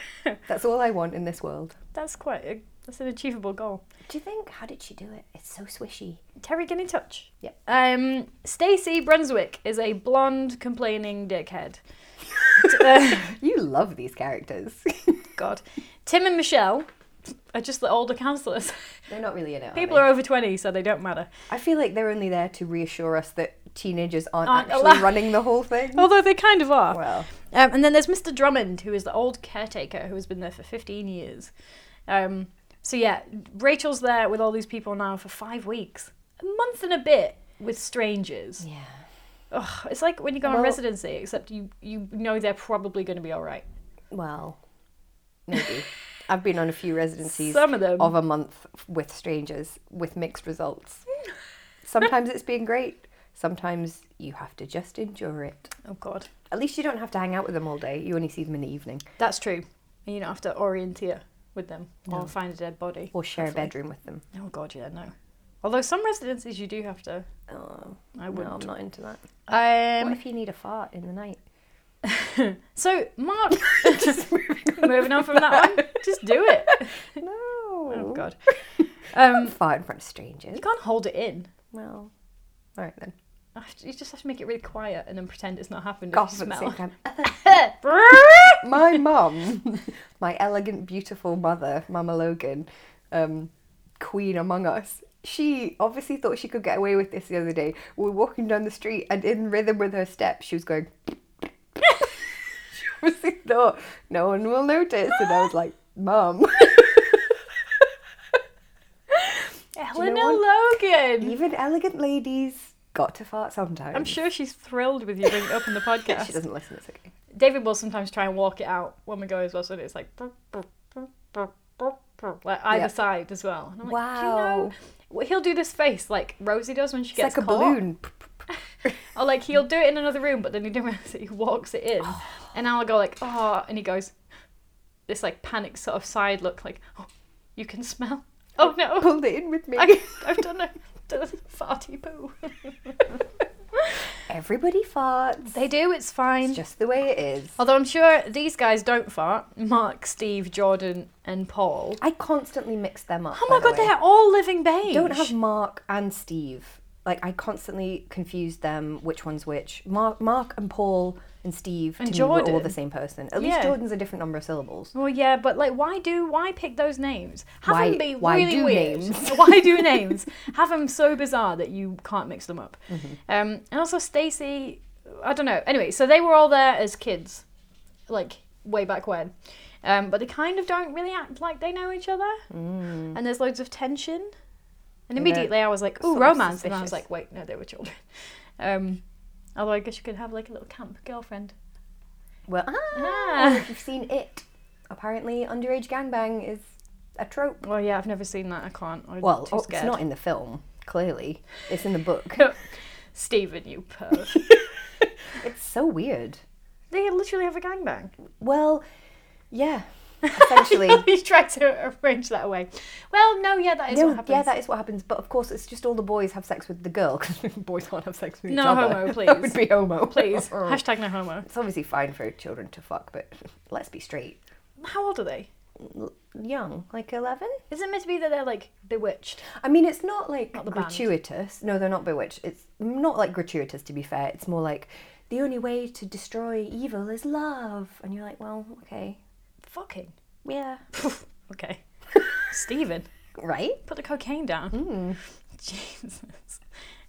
S2: That's all I want in this world.
S1: That's quite a, that's an achievable goal.
S2: Do you think how did she do it? It's so swishy.
S1: Terry, get in touch.
S2: Yep.
S1: Um, Stacey Brunswick is a blonde, complaining dickhead. Uh,
S2: You love these characters.
S1: God. Tim and Michelle are just the older counsellors.
S2: They're not really in it.
S1: People are over 20, so they don't matter.
S2: I feel like they're only there to reassure us that teenagers aren't,
S1: Aren't
S2: actually
S1: allowed.
S2: running the whole thing.
S1: Although they kind of are.
S2: Well,
S1: Um, and then there's Mr. Drummond, who is the old caretaker who has been there for 15 years. Um, so yeah, Rachel's there with all these people now for five weeks, a month and a bit with strangers.
S2: yeah.
S1: Ugh, it's like when you go on
S2: Well-
S1: residency, except you you know they're probably going to be all right.
S2: Well, maybe. I've been on a few residencies
S1: Some of them.
S2: of a month with strangers with mixed results. Sometimes it's been great. Sometimes you have to just endure it.
S1: Oh God,
S2: At least you don't have to hang out with them all day. You only see them in the evening
S1: that's true. And you don't have to orienteer with them or find a dead body
S2: or share
S1: Hopefully.
S2: a bedroom with them.
S1: Oh God, yeah, no. Although some residencies you do have to.
S2: Oh,
S1: I
S2: no, I'm
S1: wouldn't.
S2: not into that. what
S1: Um,
S2: if you need a fart in the night?
S1: so Mark, moving on from that one, just do it.
S2: No.
S1: Oh God. Um,
S2: Fart in front of strangers.
S1: You can't hold it in.
S2: Well, all right then.
S1: I have to- You just have to make it really quiet and then pretend it's not happened.
S2: Cough
S1: if
S2: at
S1: you
S2: the same
S1: smell.
S2: time.
S1: Brrrr.
S2: my mum, my elegant, beautiful mother, Mama Logan, um, queen among us, she obviously thought she could get away with this the other day. We were walking down the street and in rhythm with her steps, she was going. she obviously thought no one will notice. And I was like, Mum,
S1: Helena
S2: what?
S1: Logan.
S2: even elegant ladies got to fart sometimes.
S1: I'm sure she's thrilled with you bringing it up in the podcast.
S2: she doesn't listen, it's okay.
S1: David will sometimes try and walk it out when we go as well, so it's like brr, brr, brr, brr, brr, brr, like either
S2: Yeah.
S1: side as well. And I'm like,
S2: Wow.
S1: Do you know? Well, He'll do this face like Rosie does when she
S2: It's
S1: gets
S2: like a
S1: caught.
S2: balloon.
S1: Or Oh, like he'll do it in another room, but then he doesn't realize it, he walks it in, and I'll go like, oh, and he goes, this like panic sort of side look, like, oh, you can smell. Oh no,
S2: Pulled it in with me.
S1: I, I've done a, done a farty poo.
S2: Everybody farts.
S1: They do, it's fine.
S2: It's just the way it is.
S1: Although I'm sure these guys don't fart. Mark, Steve, Jordan, and Paul.
S2: I constantly mix them up.
S1: Oh my
S2: by the
S1: god,
S2: way.
S1: they're all living beige.
S2: don't have Mark and Steve. Like I constantly confuse them which one's which. Mark, Mark and Paul and Steve
S1: And
S2: to me were all
S1: Jordan.
S2: the same person. At least
S1: Yeah.
S2: Jordan's a different number of syllables.
S1: Well, yeah, but like, why do why pick those names? Have
S2: Why-
S1: them be
S2: why
S1: really
S2: do
S1: weird.
S2: names?
S1: why do names? Have them so bizarre that you can't mix them up.
S2: Mm-hmm.
S1: Um, and also Stacy, I don't know. Anyway, so they were all there as kids, like way back when, um, but they kind of don't really act like they know each other,
S2: Mm.
S1: and there's loads of tension. And
S2: And they're
S1: immediately I was like, "Ooh,
S2: sort of
S1: romance," and I was like,
S2: suspicious.
S1: "Wait, no, they were children." Um, although I guess you could have like a little camp girlfriend.
S2: Well, ah,
S1: Ah.
S2: if you've seen it, apparently underage gangbang is a trope.
S1: Well, yeah, I've never seen that. I can't. I'm
S2: Well,
S1: too
S2: oh,
S1: scared.
S2: it's not in the film. Clearly, it's in the book.
S1: Stephen, you perv.
S2: It's so weird.
S1: they literally have a gangbang.
S2: Well, yeah, essentially.
S1: He's trying to arrange that away. Well, no, yeah, that is
S2: No,
S1: what happens.
S2: yeah, that is what happens. But of course, it's just all the boys have sex with the girl because boys can't have sex with each
S1: No
S2: other.
S1: homo,
S2: That
S1: please.
S2: would be homo,
S1: Please, hashtag no homo.
S2: it's obviously fine for children to fuck, but let's be straight.
S1: How old are they?
S2: L- young, like eleven.
S1: Is it meant to be that they're like bewitched?
S2: I mean, it's not like
S1: the band.
S2: gratuitous. No, they're not bewitched. It's not like gratuitous. To be fair, it's more like the only way to destroy evil is love, and you're like, well, okay,
S1: Fucking.
S2: yeah,
S1: okay. Stephen,
S2: right.
S1: put the cocaine down.
S2: Hmm.
S1: Jesus.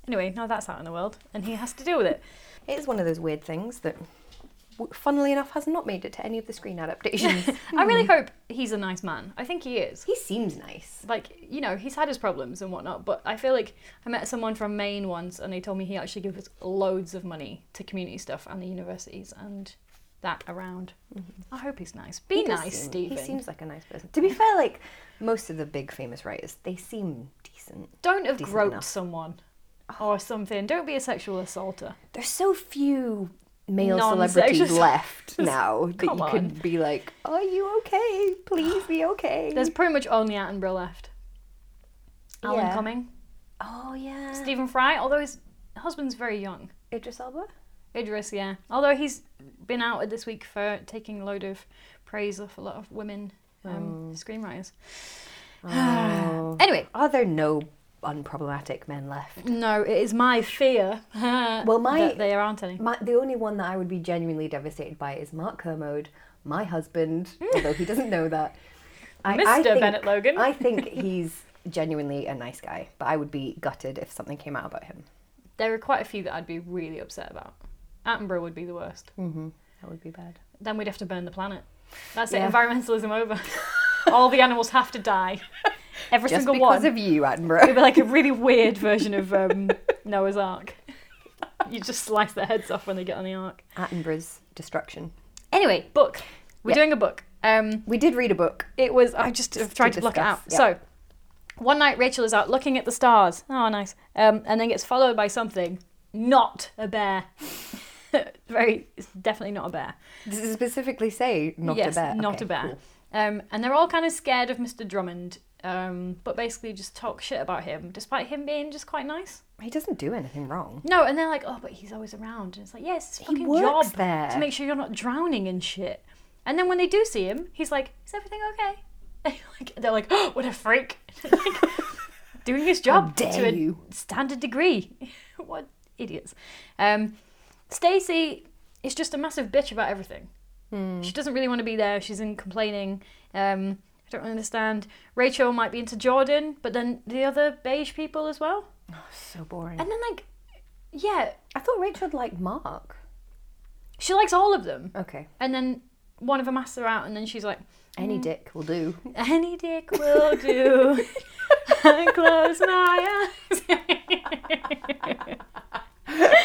S1: Anyway, now that's out in the world, and he has to deal with it.
S2: It is one of those weird things that, w- funnily enough, has not made it to any of the screen adaptations.
S1: I really
S2: Hmm.
S1: hope he's a nice man. I think he is.
S2: he seems nice.
S1: Like, you know, he's had his problems and whatnot, but I feel like I met someone from Maine once and they told me he actually gives loads of money to community stuff and the universities and that around. I hope he's nice. Be
S2: Mm-hmm. He does
S1: nice,
S2: seem-
S1: Stephen.
S2: He seems like a nice person. To be fair, like most of the big famous writers, they seem decent.
S1: Don't have
S2: decent
S1: groped
S2: enough.
S1: someone or something. Don't be a sexual assaulter.
S2: There's so few male
S1: Non-sexist-
S2: celebrities left now that
S1: Come
S2: you could be like, "Are you okay? Please be okay."
S1: There's pretty much only Attenborough left. Alan
S2: Yeah.
S1: Cumming,
S2: oh yeah,
S1: Stephen Fry, although his husband's very young.
S2: Idris Elba.
S1: Idris, yeah. Although he's been outed this week for taking a load of praise off a lot of women um,
S2: Oh.
S1: screenwriters. anyway,
S2: Are there no unproblematic men left?
S1: no, it is my fear well,
S2: my-
S1: that there aren't any.
S2: My, the only one that I would be genuinely devastated by is Mark Kermode, my husband, although he doesn't know that. I,
S1: Mr. Hmm. Bennett Logan.
S2: I think he's genuinely a nice guy, but I would be gutted if something came out about him.
S1: There are quite a few that I'd be really upset about. Attenborough would be the worst.
S2: That would be bad.
S1: Then we'd have to burn the planet. That's
S2: Yeah.
S1: it, environmentalism over. All the animals have to die. Every
S2: Just
S1: single
S2: because
S1: one.
S2: of you,
S1: It'd
S2: Attenborough.
S1: be like a really weird version of um, Noah's Ark. You just slice their heads off when they get on the ark.
S2: Attenborough's destruction.
S1: Anyway, book. We're
S2: Yeah.
S1: doing a book. Um,
S2: We did read a book.
S1: it was. I just have tried to
S2: to
S1: block it out.
S2: discuss, yeah.
S1: So, one night Rachel is out looking at the stars. Oh, nice. Um, and then gets followed by something. Not a bear. Very. It's definitely not a bear.
S2: Does it specifically say not
S1: yes,
S2: a bear?
S1: not
S2: Okay,
S1: a bear.
S2: cool.
S1: Um, and they're all kind of scared of Mr. Drummond. Um, but basically just talk shit about him, despite him being just quite nice.
S2: He doesn't do anything wrong.
S1: No, and they're like, oh, but he's always around. And it's like, yes, it's
S2: He
S1: fucking
S2: works
S1: job
S2: there.
S1: to make sure you're not drowning in shit. And then when they do see him, he's like, is everything okay? And like, they're like, oh, what a freak. Like, doing his job to
S2: dare
S1: a
S2: you.
S1: standard degree. what idiots. Um, Stacy is just a massive bitch about everything.
S2: Hmm.
S1: She doesn't really want to be there. She's in complaining. Um, I don't understand. Rachel might be into Jordan, but then the other beige people as well.
S2: So boring.
S1: And then, like, yeah,
S2: I thought Rachel would like Mark.
S1: she likes all of them.
S2: Okay.
S1: And then one of them asks her out, and then she's like,
S2: Any
S1: Mm.
S2: dick will do.
S1: "Any dick will do." I close my eyes.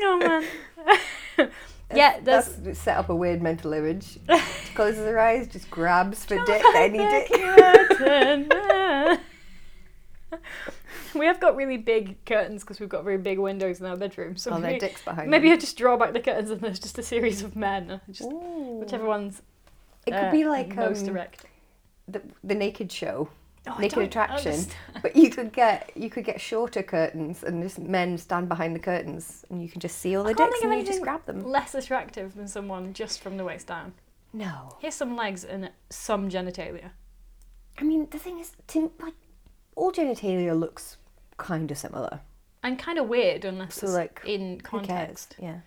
S1: oh man. yeah, there's
S2: That's set up a weird mental image. She closes her eyes, just grabs for dick, any dick. Oh,
S1: we have got really big curtains because we've got very big windows in our bedroom. So
S2: Oh, their
S1: maybe,
S2: dick's behind.
S1: maybe
S2: them.
S1: I just draw back the curtains and there's just a series of men, just
S2: Ooh.
S1: whichever one's
S2: it could
S1: uh,
S2: be like
S1: most
S2: um,
S1: direct.
S2: the, the naked show,
S1: Oh, I
S2: naked
S1: don't
S2: attraction.
S1: understand.
S2: But you could get you could get shorter curtains and just men stand behind the curtains and you can just see all the
S1: I can't
S2: dicks
S1: think of
S2: and you just
S1: anything
S2: grab them.
S1: less attractive than someone just from the waist down.
S2: No,
S1: Here's some legs and some genitalia.
S2: I mean the thing is, to, like all genitalia looks kind of similar.
S1: And kind of weird unless
S2: So,
S1: it's
S2: like,
S1: in
S2: Who cares?
S1: context.
S2: Yeah,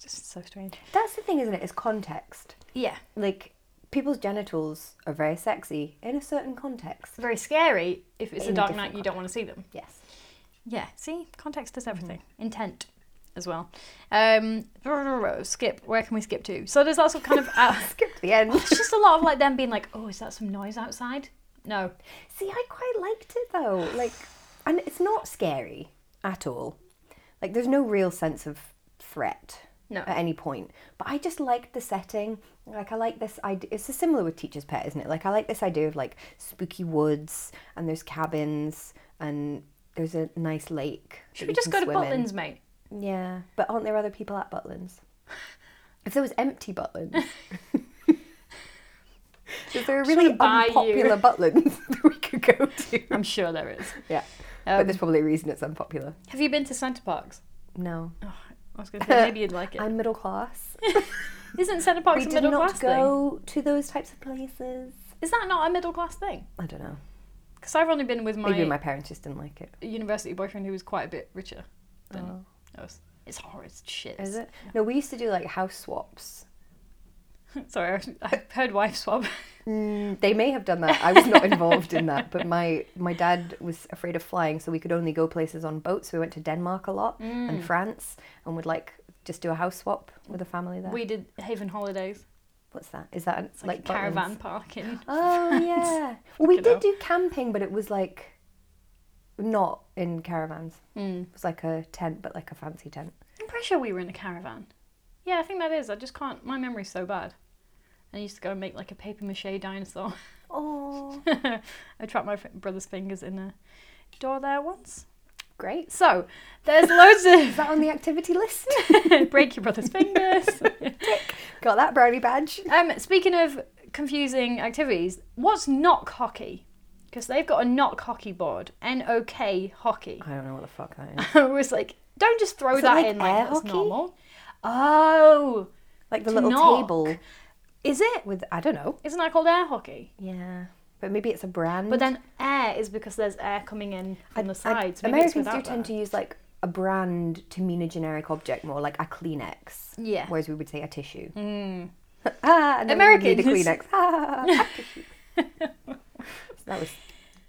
S1: Just so strange.
S2: that's the thing, isn't it? Is context.
S1: Yeah.
S2: Like people's genitals are very sexy in a certain context.
S1: Very scary if it's
S2: In a
S1: a dark
S2: different Mm-hmm.
S1: night you don't want to see them.
S2: Yes.
S1: Yeah, see? Context is everything. Intent as well. Um skip. Where can we skip to? So there's lots of kind of out-
S2: Skip to the end.
S1: it's just a lot of like them being like, Oh, is that some noise outside? No.
S2: See, I quite liked it though. Like, and it's not scary at all. Like, there's no real sense of threat
S1: No.
S2: at any point. But I just liked the setting. Like, I like this idea. It's similar with Teacher's Pet, isn't it? Like, I like this idea of like spooky woods and there's cabins and there's a nice lake. that
S1: Should
S2: you
S1: we just
S2: can
S1: go to
S2: swim in.
S1: Butlins, mate?
S2: Yeah, but aren't there other people at Butlins? If there was empty Butlins, is there a
S1: Just wanna
S2: really
S1: buy you.
S2: unpopular Butlins that we could go to?
S1: I'm sure there is.
S2: Yeah, but
S1: Um,
S2: there's probably a reason it's unpopular.
S1: have you been to Centre Parks?
S2: No,
S1: Oh, I was going to say maybe you'd like it.
S2: I'm middle class.
S1: Isn't Centre Parks
S2: we
S1: a
S2: did
S1: middle
S2: not
S1: class thing?
S2: go to those types of places.
S1: Is that not a middle class thing?
S2: I don't know.
S1: Because I've only been with my,
S2: Maybe my parents just didn't like it.
S1: university boyfriend who was quite a bit richer than us. It's horrid shit.
S2: Oh, Is it? No, we used to do like house swaps.
S1: Sorry, I I heard wife swap.
S2: Mm, they may have done that. I was not involved in that, but my my dad was afraid of flying, so we could only go places on boats. We went to Denmark a lot
S1: Mm.
S2: and France, and would like just do a house swap with a family there.
S1: We did Haven Holidays.
S2: What's that? Is that
S1: It's like, a
S2: Butlins?
S1: caravan park in
S2: Oh yeah. well, we
S1: Fucking
S2: did
S1: hell.
S2: do camping, but it was like not in caravans.
S1: Hmm.
S2: It was like a tent, but like a fancy tent.
S1: I'm pretty sure we were in a caravan. Yeah, I think that is. I just can't. My memory's so bad. I used to go and make like a papier mache dinosaur.
S2: Oh,
S1: I trapped my f- brother's fingers in a door there once.
S2: great.
S1: So there's loads
S2: Is that on the activity list?
S1: of break your brother's fingers.
S2: Got that brownie badge.
S1: um, speaking of confusing activities, what's knock hockey? Because they've got a knock hockey board. N O K hockey.
S2: I don't know what the fuck that is.
S1: I was like, don't just throw
S2: Is it
S1: that
S2: like
S1: in like
S2: air
S1: that's
S2: hockey?
S1: normal. Oh,
S2: Like the
S1: To
S2: little
S1: knock.
S2: table
S1: is it?
S2: with I don't know.
S1: Isn't that called air hockey?
S2: Yeah, but maybe it's a brand.
S1: But then air is because there's air coming in from the
S2: I-
S1: sides. Maybe it's
S2: Americans do
S1: without
S2: tend
S1: that.
S2: to use like a brand to mean a generic object more, like a Kleenex.
S1: Yeah.
S2: Whereas we would say a tissue. ah, and then We would need a
S1: Hmm. Americans.
S2: Kleenex. Ah, a tissue. that was.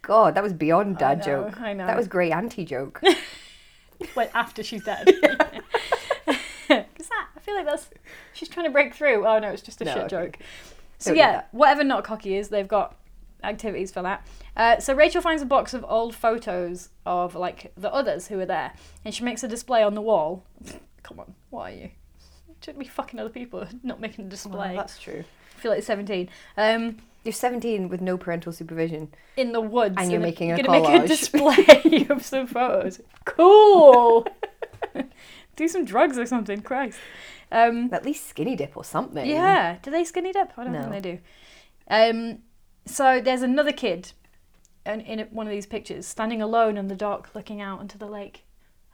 S2: God, that was beyond dad
S1: know,
S2: joke.
S1: I know.
S2: That was great auntie joke.
S1: Like after she's dead. Is that? I feel like that's. She's trying to break through. Oh no, it's just a
S2: No,
S1: shit
S2: okay.
S1: joke. So
S2: Don't do
S1: yeah,
S2: that.
S1: whatever not cocky is, they've got activities for that. Uh, so Rachel finds a box of old photos of like the others who were there, and she makes a display on the wall. Come on, what are you? Shouldn't be fucking other people, not making a
S2: Well,
S1: display.
S2: that's true.
S1: I feel like seventeen. Um,
S2: You're 17 with no parental supervision.
S1: in the woods
S2: And you're making a
S1: gonna make a
S2: collage.
S1: display of some photos. Cool. Do some drugs or something, Christ. Um,
S2: At least skinny dip or something.
S1: yeah. Do they skinny dip? I don't
S2: No.
S1: think they do. Um, so there's another kid, in, in one of these pictures, standing alone on the dock, looking out onto the lake.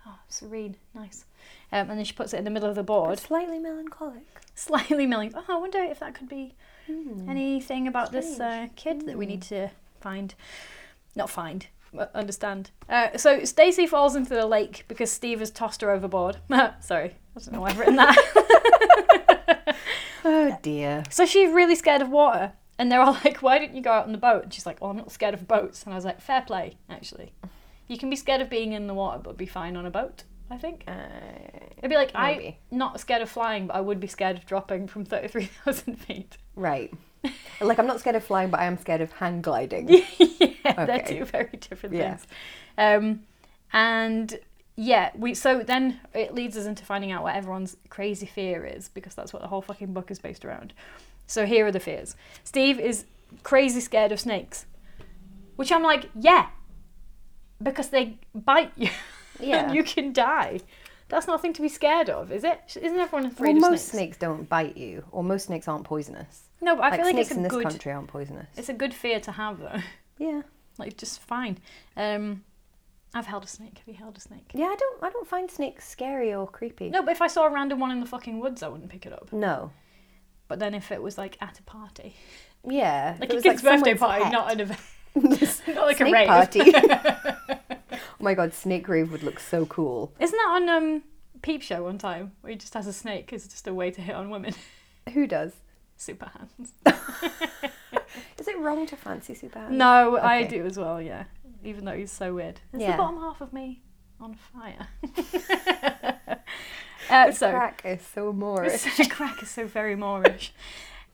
S1: Oh, serene, nice. Um, and then she puts it in the middle of the board,
S2: Slightly melancholic.
S1: slightly milling. Oh, I wonder if that could be anything about this uh,
S2: Strange.
S1: kid that we need to find not find but understand uh, so stacy falls into the lake because steve has tossed her overboard sorry i don't know why i've written that
S2: Oh dear.
S1: so she's really scared of water and they're all like why didn't you go out on the boat and she's like well i'm not scared of boats and i was like fair play actually you can be scared of being in the water but be fine on a boat i think
S2: Uh,
S1: it'd be like
S2: Maybe.
S1: i'm not scared of flying but i would be scared of dropping from 33000 feet
S2: Right. like I'm not scared of flying, but I am scared of hang gliding.
S1: yeah, they're
S2: Okay.
S1: two very different
S2: Yeah.
S1: things. Um, and yeah, we so then it leads us into finding out what everyone's crazy fear is because that's what the whole fucking book is based around. So here are the fears. Steve is crazy scared of snakes, which I'm like, yeah, because they bite you.
S2: Yeah.
S1: and you can die. That's nothing to be scared of, is it? Isn't everyone
S2: Well,
S1: afraid of
S2: most
S1: snakes?
S2: snakes. don't bite you, or most snakes aren't poisonous.
S1: No, but I
S2: like
S1: feel like
S2: snakes
S1: it's a
S2: in this
S1: good,
S2: country aren't poisonous.
S1: it's a good fear to have though.
S2: Yeah,
S1: like just fine. Um, I've held a snake. Have you held a snake?
S2: yeah. I don't, I don't find snakes scary or creepy.
S1: No, but if I saw a random one in the fucking woods, I wouldn't pick it up.
S2: No.
S1: But then if it was like at a party,
S2: Yeah.
S1: like
S2: if it
S1: a
S2: was,
S1: kid's birthday
S2: someone's
S1: party,
S2: pet.
S1: not an event, not like a
S2: snake
S1: rave.
S2: party. oh my god, snake rave would look so cool.
S1: Isn't that on um Peep Show one time where he just has a snake as just a way to hit on women?
S2: Who does?
S1: Super hands.
S2: Is it wrong to fancy super?
S1: No, I
S2: Okay.
S1: do as well. Yeah, even though he's so weird. It's the
S2: Yeah.
S1: bottom half of me on fire. uh, so.
S2: Crack is so Moorish.
S1: Such a crack is so very Moorish.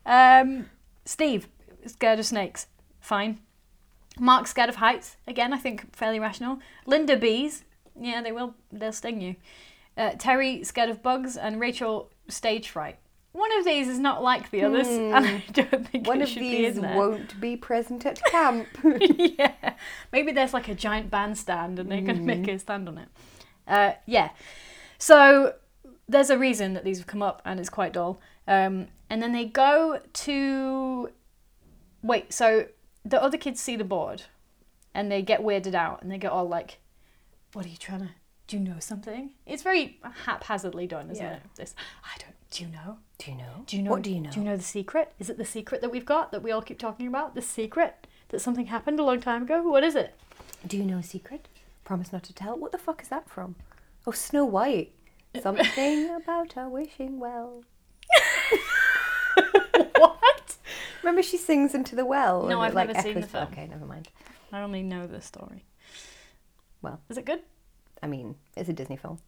S1: Um, Steve, scared of snakes. Fine. Mark, scared of heights. Again, I think fairly rational. Linda, bees. Yeah, they will. They'll sting you. Uh, Terry, scared of bugs. And Rachel, stage fright. one of these is not like the others, and I don't think
S2: Hmm. One
S1: it
S2: of
S1: should be
S2: these
S1: in there.
S2: won't be present at camp.
S1: yeah, maybe there's like a giant bandstand, and they're going to make a stand on it. Uh, yeah, so there's a reason that these have come up, and it's quite dull. Um, and then they go to wait. So the other kids see the board, and they get weirded out, and they get all like, "What are you trying to? Do you know something?" It's very haphazardly done, isn't
S2: Yeah.
S1: it? This I don't. Do you know?
S2: do you know?
S1: Do you know
S2: What do you know?
S1: Do you know the secret? Is it the secret that we've got that we all keep talking about? The secret that something happened a long time ago? What is it?
S2: Do you know a secret? Promise not to tell. What the fuck is that from? Oh, Snow White. Something about a wishing well.
S1: what?
S2: Remember, she sings into the well.
S1: No,
S2: and it,
S1: I've
S2: like,
S1: never seen the
S2: echoes-
S1: film.
S2: Okay, never mind.
S1: I only know the story.
S2: Well.
S1: is it good?
S2: I mean, it's a Disney film.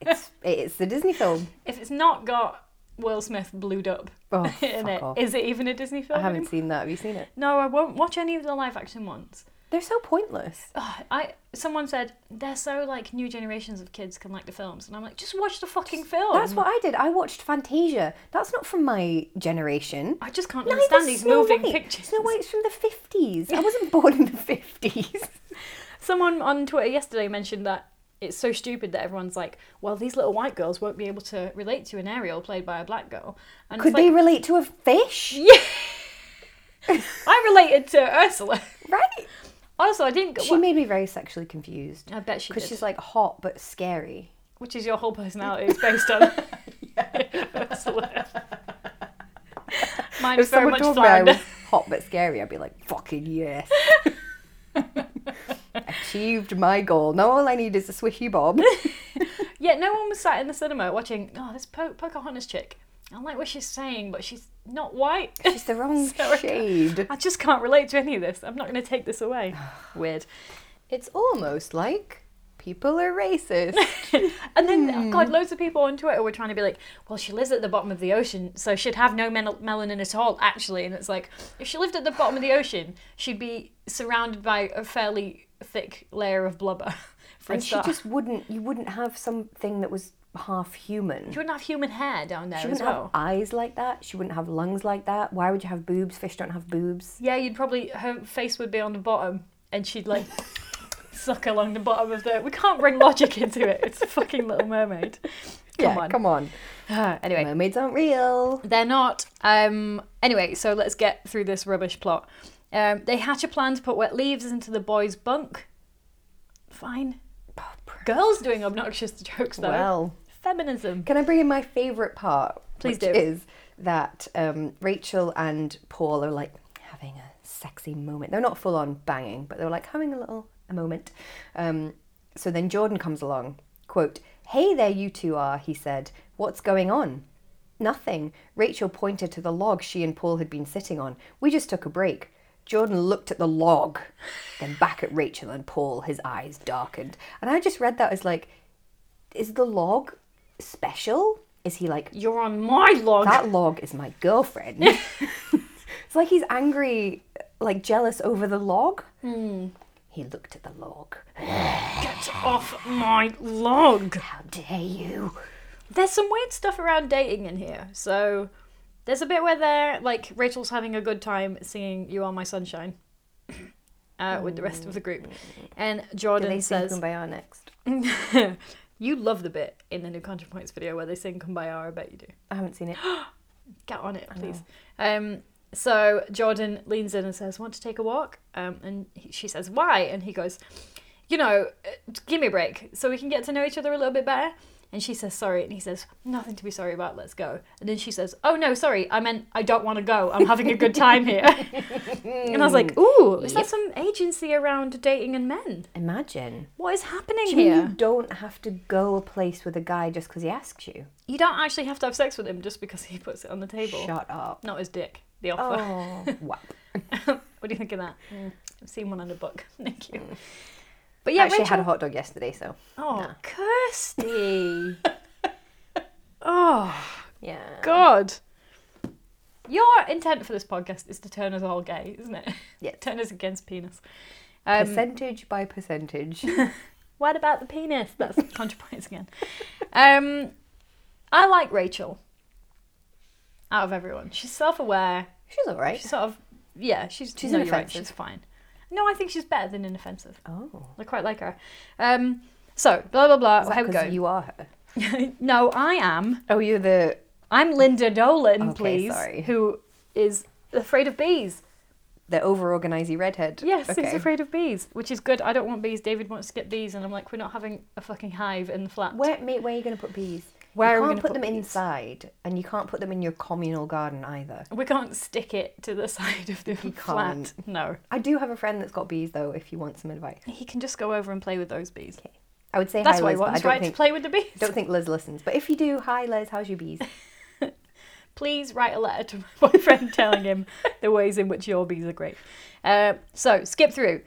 S2: it's it's the Disney film.
S1: If it's not got Will Smith blued up
S2: Oh,
S1: in
S2: fuck
S1: it, is
S2: off.
S1: it even a Disney film?
S2: I haven't
S1: anymore?
S2: seen that. Have you seen it?
S1: No, I won't watch any of the live action ones.
S2: They're so pointless.
S1: Ugh, I someone said they're so like new generations of kids can like the films, and I'm like, just watch the fucking film.
S2: That's what I did. I watched Fantasia. That's not from my generation.
S1: I just can't
S2: Neither
S1: understand these
S2: Snow
S1: moving
S2: White.
S1: pictures.
S2: Snow White's from the fifties. I wasn't born in the fifties.
S1: Someone on Twitter yesterday mentioned that it's so stupid that everyone's like, well, these little white girls won't be able to relate to an Ariel played by a black girl. And
S2: Could
S1: it's
S2: they
S1: like,
S2: relate to a fish?
S1: I related to Ursula.
S2: Right.
S1: Also, I didn't.
S2: She
S1: what-
S2: made me very sexually confused
S1: I bet she did.
S2: because she's like hot but scary.
S1: Which is your whole personality is based on. Ursula. Mine's very
S2: If someone
S1: much
S2: told me I
S1: Flounder.
S2: was hot but scary, I'd be like, fucking yes. Achieved my goal. Now all I need is a swishy bob.
S1: Yeah, no one was sat in the cinema watching. Oh, this po- Pocahontas chick. I like what she's saying, but she's not white.
S2: She's the wrong
S1: Sorry.
S2: shade.
S1: I just can't relate to any of this. I'm not going to take this away. Weird.
S2: It's almost like people are racist.
S1: And then, oh
S2: Hmm.
S1: God, loads of people on Twitter were trying to be like, well, she lives at the bottom of the ocean, so she'd have no mel- melanin at all, actually. And it's like, if she lived at the bottom of the ocean, she'd be surrounded by a fairly thick layer of blubber, for
S2: and
S1: a
S2: she
S1: start.
S2: just wouldn't, you wouldn't have something that was half human.
S1: She wouldn't have human hair down there
S2: She
S1: as
S2: wouldn't have
S1: well.
S2: eyes like that. She wouldn't have lungs like that. Why would you have boobs? Fish don't have boobs.
S1: Yeah, you'd probably, her face would be on the bottom, and she'd like suck along the bottom of the. We can't bring logic into it. It's a fucking little mermaid. Come
S2: yeah,
S1: on.
S2: come on.
S1: anyway.
S2: Mermaids aren't real.
S1: They're not. Um, anyway, so let's get through this rubbish plot. Um, they hatch a plan to put wet leaves into the boys' bunk. Fine. Girls doing obnoxious jokes though.
S2: Well.
S1: Feminism.
S2: Can I bring in my favourite part?
S1: Please
S2: which
S1: do.
S2: Is that um, Rachel and Paul are like having a sexy moment. They're not full on banging, but they're like having a little a moment. Um, so then Jordan comes along. Quote: "Hey there, you two are," he said. "What's going on?" Nothing. Rachel pointed to the log she and Paul had been sitting on. We just took a break. Jordan looked at the log, then back at Rachel and Paul, his eyes darkened. And I just read that as like, is the log special? Is he like,
S1: You're on my log.
S2: that log is my girlfriend? it's like he's angry, like jealous over the log.
S1: Hmm.
S2: He looked at the log.
S1: Get off my log.
S2: How dare you?
S1: There's some weird stuff around dating in here. So there's a bit where they're like Rachel's having a good time singing "You Are My Sunshine" uh, with the rest of the group, and
S2: Do
S1: Jordan
S2: they sing
S1: says,
S2: Kumbaya next?
S1: you love the bit in the new ContraPoints video where they sing Kumbaya, I bet you do.
S2: I haven't seen it.
S1: Get on it, please. Um, so Jordan leans in and says, Want to take a walk? Um, and he, she says, Why? And he goes, You know, uh, give me a break so we can get to know each other a little bit better. And she says, Sorry. And he says, Nothing to be sorry about, let's go. And then she says, Oh no, sorry, I meant I don't want to go. I'm having a good time here. and I was like, Ooh, is there some agency around dating and men?
S2: Imagine.
S1: What is happening
S2: Do you mean
S1: here?
S2: You don't have to go a place with a guy just because he asks you.
S1: You don't actually have to have sex with him just because he puts it on the table.
S2: Shut up.
S1: Not his dick, the offer.
S2: Oh, Mm. wow.
S1: what do you think of that? I've seen one on a book. Thank you. But yeah,
S2: I Mm. actually
S1: Rachel.
S2: had a hot dog yesterday, so
S1: oh, Kirsty. oh
S2: yeah.
S1: God. Your intent for this podcast is to turn us all gay, isn't it?
S2: Yes.
S1: turn us against penis. Um,
S2: percentage by percentage.
S1: what about the penis? That's contrapoints again. Um, I like Rachel. Out of everyone, she's self-aware.
S2: She's all right.
S1: She's sort of yeah. She's
S2: She's
S1: no, you're right,
S2: inoffensive.
S1: she's fine. No, I think she's better than inoffensive.
S2: oh.
S1: I quite like her. Um, so blah blah blah.
S2: Is that
S1: here we
S2: 'cause
S1: go.
S2: You are her.
S1: no, I am.
S2: Oh, you're the.
S1: I'm Linda Dolan,
S2: Okay,
S1: please.
S2: sorry.
S1: Who is afraid of bees?
S2: The over organisy redhead.
S1: Yes, he's
S2: Okay.
S1: afraid of bees, which is good. I don't want bees. David wants to get bees, and I'm like, we're not having a fucking hive in the flat.
S2: Where, mate, where are you going to put bees?
S1: Where
S2: you
S1: are we
S2: can't
S1: gonna
S2: put,
S1: put
S2: them
S1: bees?
S2: inside, and you can't put them in your communal garden either.
S1: We can't stick it to the side of the flat.
S2: can't.
S1: No.
S2: I do have a friend that's got bees, though. If you want some advice,
S1: He can just go over and play with those bees.
S2: I would say
S1: That's
S2: hi,
S1: what he
S2: Liz, but I
S1: wants,
S2: don't
S1: right?
S2: think
S1: To play with the bees.
S2: don't think Liz listens. But if you do, hi, Liz, how's your bees?
S1: Please write a letter to my boyfriend telling him the ways in which your bees are great. Uh, so, skip through.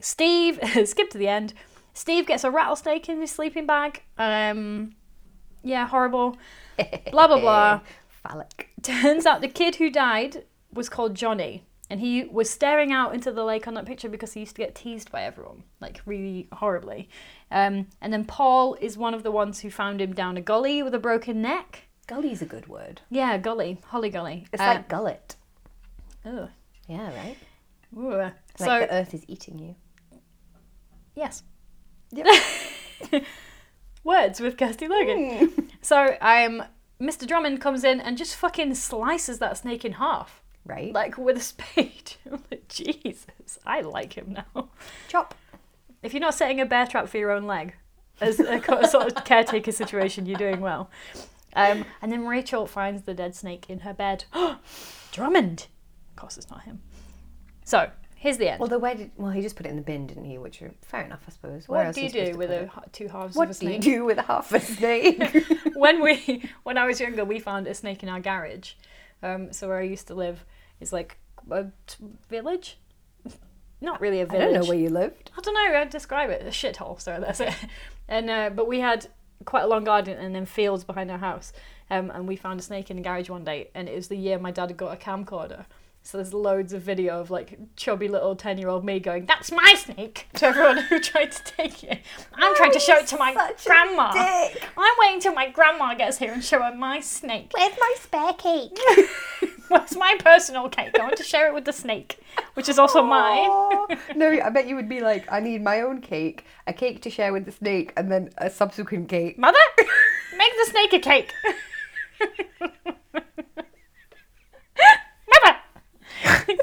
S1: Steve, skip to the end. Steve gets a rattlesnake in his sleeping bag. Um, yeah, horrible. Blah, blah, blah.
S2: Phallic.
S1: Turns out the kid who died was called Johnny, and he was staring out into the lake on that picture because he used to get teased by everyone, like really horribly. Um, and then Paul is one of the ones who found him down a gully with a broken neck.
S2: Gully's a good word.
S1: Yeah, gully, holly gully.
S2: It's
S1: Uh,
S2: like gullet.
S1: ugh.
S2: Yeah, right. uh,
S1: Ooh.
S2: Like
S1: So
S2: the earth is eating you.
S1: yes. Words with Kirsty Logan.
S2: Hmm.
S1: So um, Mr. Drummond comes in and just fucking slices that snake in half,
S2: Right.
S1: like with a spade. I'm like, Jesus, I like him now.
S2: chop.
S1: If you're not setting a bear trap for your own leg, as a co- sort of caretaker situation, you're doing well. Um, and then Rachel finds the dead snake in her bed. Drummond! Of course, it's not him. So, here's the end.
S2: Although where did well he just put it in the bin, didn't he? Which are fair enough, I suppose. Where
S1: what
S2: else
S1: do
S2: are
S1: you
S2: supposed
S1: do
S2: to
S1: with
S2: put
S1: a,
S2: it?
S1: h- two halves of
S2: What
S1: a
S2: do you
S1: snake?
S2: do with half a snake?
S1: when we when I was younger, we found a snake in our garage. Um, so where I used to live is like a t- village. Not really a
S2: I
S1: village.
S2: don't know where you lived.
S1: I don't know. I'd describe it a shithole. So that's it. And uh, but we had quite a long garden and then fields behind our house. Um, and we found a snake in the garage one day, and it was the year my dad had got a camcorder. So there's loads of video of like chubby little ten-year-old me going, "That's my snake!" to everyone who tried to take it. I'm trying to show it to my
S2: Oh, such a
S1: grandma.
S2: dick.
S1: I'm waiting till my grandma gets here and show her my snake.
S2: Where's my spare cake?
S1: Where's my personal cake? I want to share it with the snake, which is also mine.
S2: no, I bet you would be like, I need my own cake, a cake to share with the snake, and then a subsequent cake.
S1: Mother, make the snake a cake. Mother,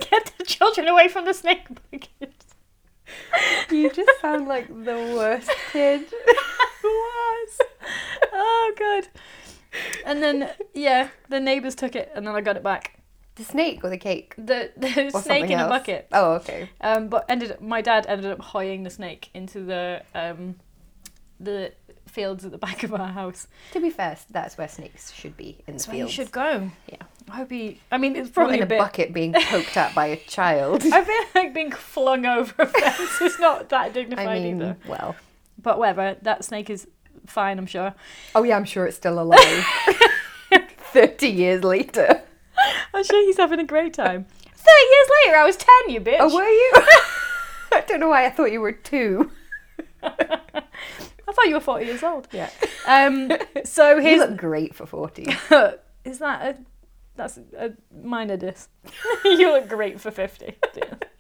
S1: get the children away from the snake. bucket.
S2: You just sound like the worst kid.
S1: was. Oh god. And then yeah, the neighbours took it, and then I got it back.
S2: The snake or the cake?
S1: The, the
S2: Or
S1: snake
S2: something
S1: in a
S2: else?
S1: bucket.
S2: Oh, okay.
S1: Um, but ended up, my dad ended up hoying the snake into the um, the fields at the back of our house.
S2: To be fair, that's where snakes should be in the
S1: That's where you
S2: field.
S1: should go.
S2: Yeah.
S1: I hope he. I mean, it's
S2: Not
S1: probably
S2: in
S1: a
S2: a
S1: bit.
S2: bucket being poked at by a child.
S1: I feel like being flung over a fence is not that dignified
S2: I mean,
S1: either.
S2: well.
S1: But whatever, that snake is fine, I'm sure.
S2: Oh yeah, I'm sure it's still alive. Thirty years later.
S1: I'm sure he's having a great time. 30 years later, I was 10, you bitch.
S2: Oh, were you? I don't know why I thought you were two.
S1: I thought you were 40 years old.
S2: Yeah.
S1: Um, so
S2: You
S1: here's.
S2: look great for forty.
S1: is that a. That's a minor diss. you look great for 50.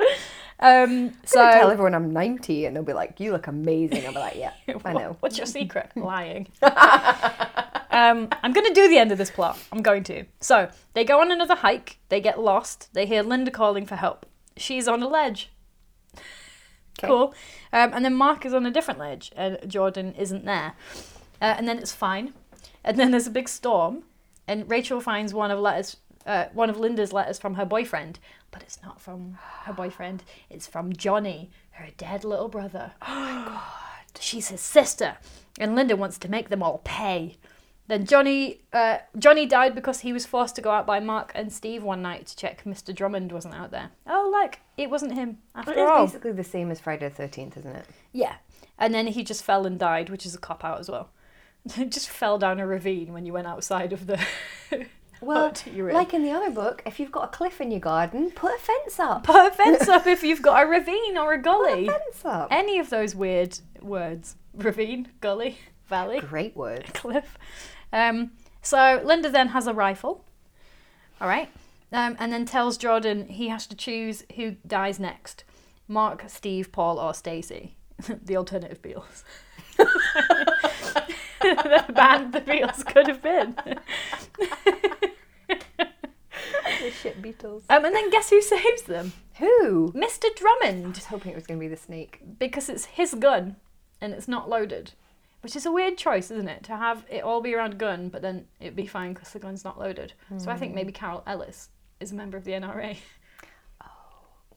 S1: um,
S2: So tell
S1: so.
S2: everyone I'm ninety, and they'll be like, "You look amazing." I'll be like, "Yeah, I know."
S1: What's your secret? Lying. um, I'm going to do the end of this plot. I'm going to. So they go on another hike. They get lost. They hear Linda calling for help. She's on a ledge.
S2: 'Kay.
S1: Cool. Um, and then Mark is on a different ledge, and Jordan isn't there. Uh, and then it's fine. And then there's a big storm, and Rachel finds one of letters, uh, one of Linda's letters from her boyfriend, but it's not from her boyfriend. It's from Johnny, her dead little brother.
S2: Oh
S1: She's his sister, and Linda wants to make them all pay. Then Johnny, uh, Johnny died because he was forced to go out by Mark and Steve one night to check Mr. Drummond wasn't out there. Oh, look, it wasn't him after
S2: It is
S1: all.
S2: basically the same as Friday the Thirteenth, isn't it?
S1: Yeah, and then he just fell and died, which is a cop out as well. just fell down a ravine when you went outside of the.
S2: Well,
S1: hut you were in.
S2: like in the other book, if you've got a cliff in your garden, put a fence up.
S1: put a fence up if you've got a ravine or a
S2: Put a
S1: gully.
S2: fence up.
S1: Any of those weird words: ravine, gully, valley.
S2: Great word.
S1: cliff. Um, So Linda then has a rifle. All right. Um, and then tells Jordan he has to choose who dies next Mark, Steve, Paul, or Stacy. the alternative Beals. the band the Beals could have been.
S2: the shit Beatles.
S1: Um, and then guess who saves them?
S2: Who?
S1: Mr.
S2: I
S1: Drummond,
S2: was hoping it was going to be the snake.
S1: because it's his gun and it's not loaded. Which is a weird choice, isn't it? To have it all be around gun, but then it'd be fine because the gun's not loaded. So I
S2: Hmm.
S1: think maybe Carol Ellis is a member of the NRA.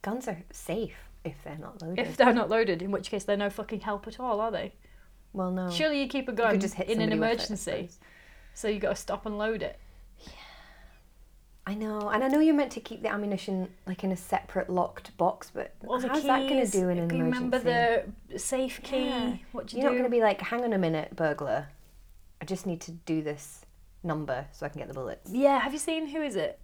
S2: Guns are safe if they're not loaded.
S1: If they're not loaded, in which case they're no fucking help at all, are they?
S2: well, no.
S1: Surely you keep a
S2: Oh. you
S1: gun
S2: could just hit
S1: in an
S2: somebody with it, I
S1: emergency,
S2: suppose.
S1: so you got to stop and load it.
S2: I know, and I know you're meant to keep the ammunition like in a separate locked box, but
S1: All the
S2: how's that going
S1: keys,
S2: to do in an
S1: if
S2: emergency?
S1: you remember the safe key?
S2: Yeah.
S1: What do you
S2: You're not
S1: do?
S2: going to be like, hang on a minute, burglar. I just need to do this number so I can get the bullets.
S1: Yeah, have you seen who is it?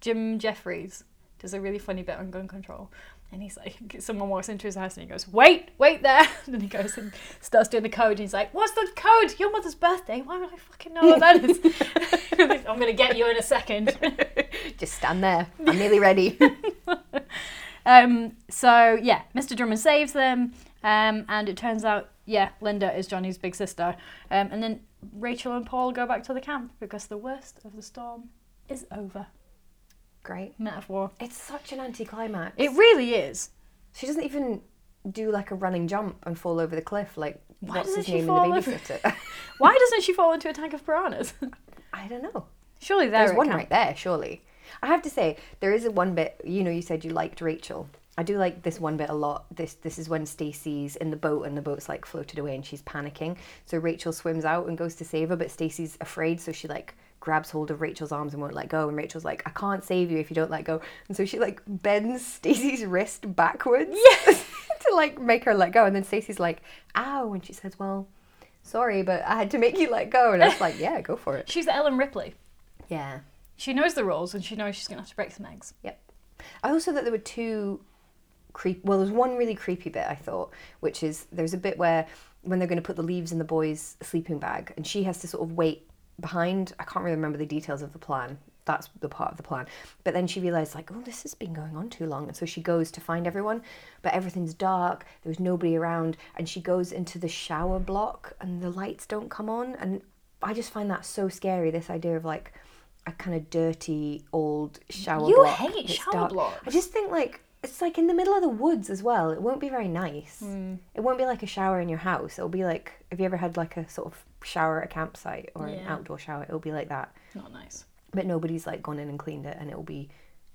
S1: Jim Jeffries does a really funny bit on gun control. And he's like, someone walks into his house and he goes, wait, wait there. And then he goes and starts doing the code. And he's like, what's the code? Your mother's birthday? Why would I fucking know what that is? I'm going to get you in a second.
S2: Just stand there. I'm nearly ready.
S1: Um, so, yeah, Mr. Drummond saves them. Um, and it turns out, yeah, Linda is Johnny's big sister. Um, and then Rachel and Paul go back to the camp because the worst of the storm is over.
S2: Great.
S1: Metaphor.
S2: It's such an anticlimax.
S1: It really is.
S2: She doesn't even do like a running jump and fall over the cliff like
S1: Why
S2: what's
S1: doesn't
S2: his
S1: she
S2: name in the
S1: fall over?
S2: babysitter.
S1: Why doesn't she fall into a tank of piranhas?
S2: I don't know.
S1: Surely there
S2: There's
S1: it
S2: one
S1: can-
S2: right there, surely. I have to say, there is a one bit. You know, you said you liked Rachel. I do like this one bit a lot. This this is when Stacy's in the boat and the boat's like floated away and she's panicking. So Rachel swims out and goes to save her, but Stacy's afraid, so she like grabs hold of Rachel's arms and won't let go. And Rachel's like, "I can't save you if you don't let go." And so she like bends Stacy's wrist backwards to like make her let go. And then Stacy's like, "Ow!" And she says, "Well, sorry, but I had to make you let go." And I was like, "Yeah, go for it."
S1: She's Ellen Ripley.
S2: Yeah.
S1: She knows the rules and she knows she's going to have to break some eggs.
S2: Yep. I also thought there were two creep. Well, there's one really creepy bit I thought, which is there's a bit where when they're going to put the leaves in the boy's sleeping bag, and she has to sort of wait behind. I can't really remember the details of the plan. That's the part of the plan. But then she realized, like, oh, this has been going on too long. And so she goes to find everyone, but everything's dark. There's nobody around. And she goes into the shower block, and the lights don't come on. And I just find that so scary this idea of like a kind of dirty old shower
S1: You
S2: block.
S1: hate
S2: that's
S1: shower
S2: dark.
S1: blocks.
S2: I just think like it's like in the middle of the woods as well. It won't be very nice.
S1: Mm.
S2: It won't be like a shower in your house. It'll be like have you ever had like a sort of shower at a campsite or an
S1: Yeah.
S2: outdoor shower? It'll be like that.
S1: Not nice.
S2: But nobody's like gone in and cleaned it and it'll be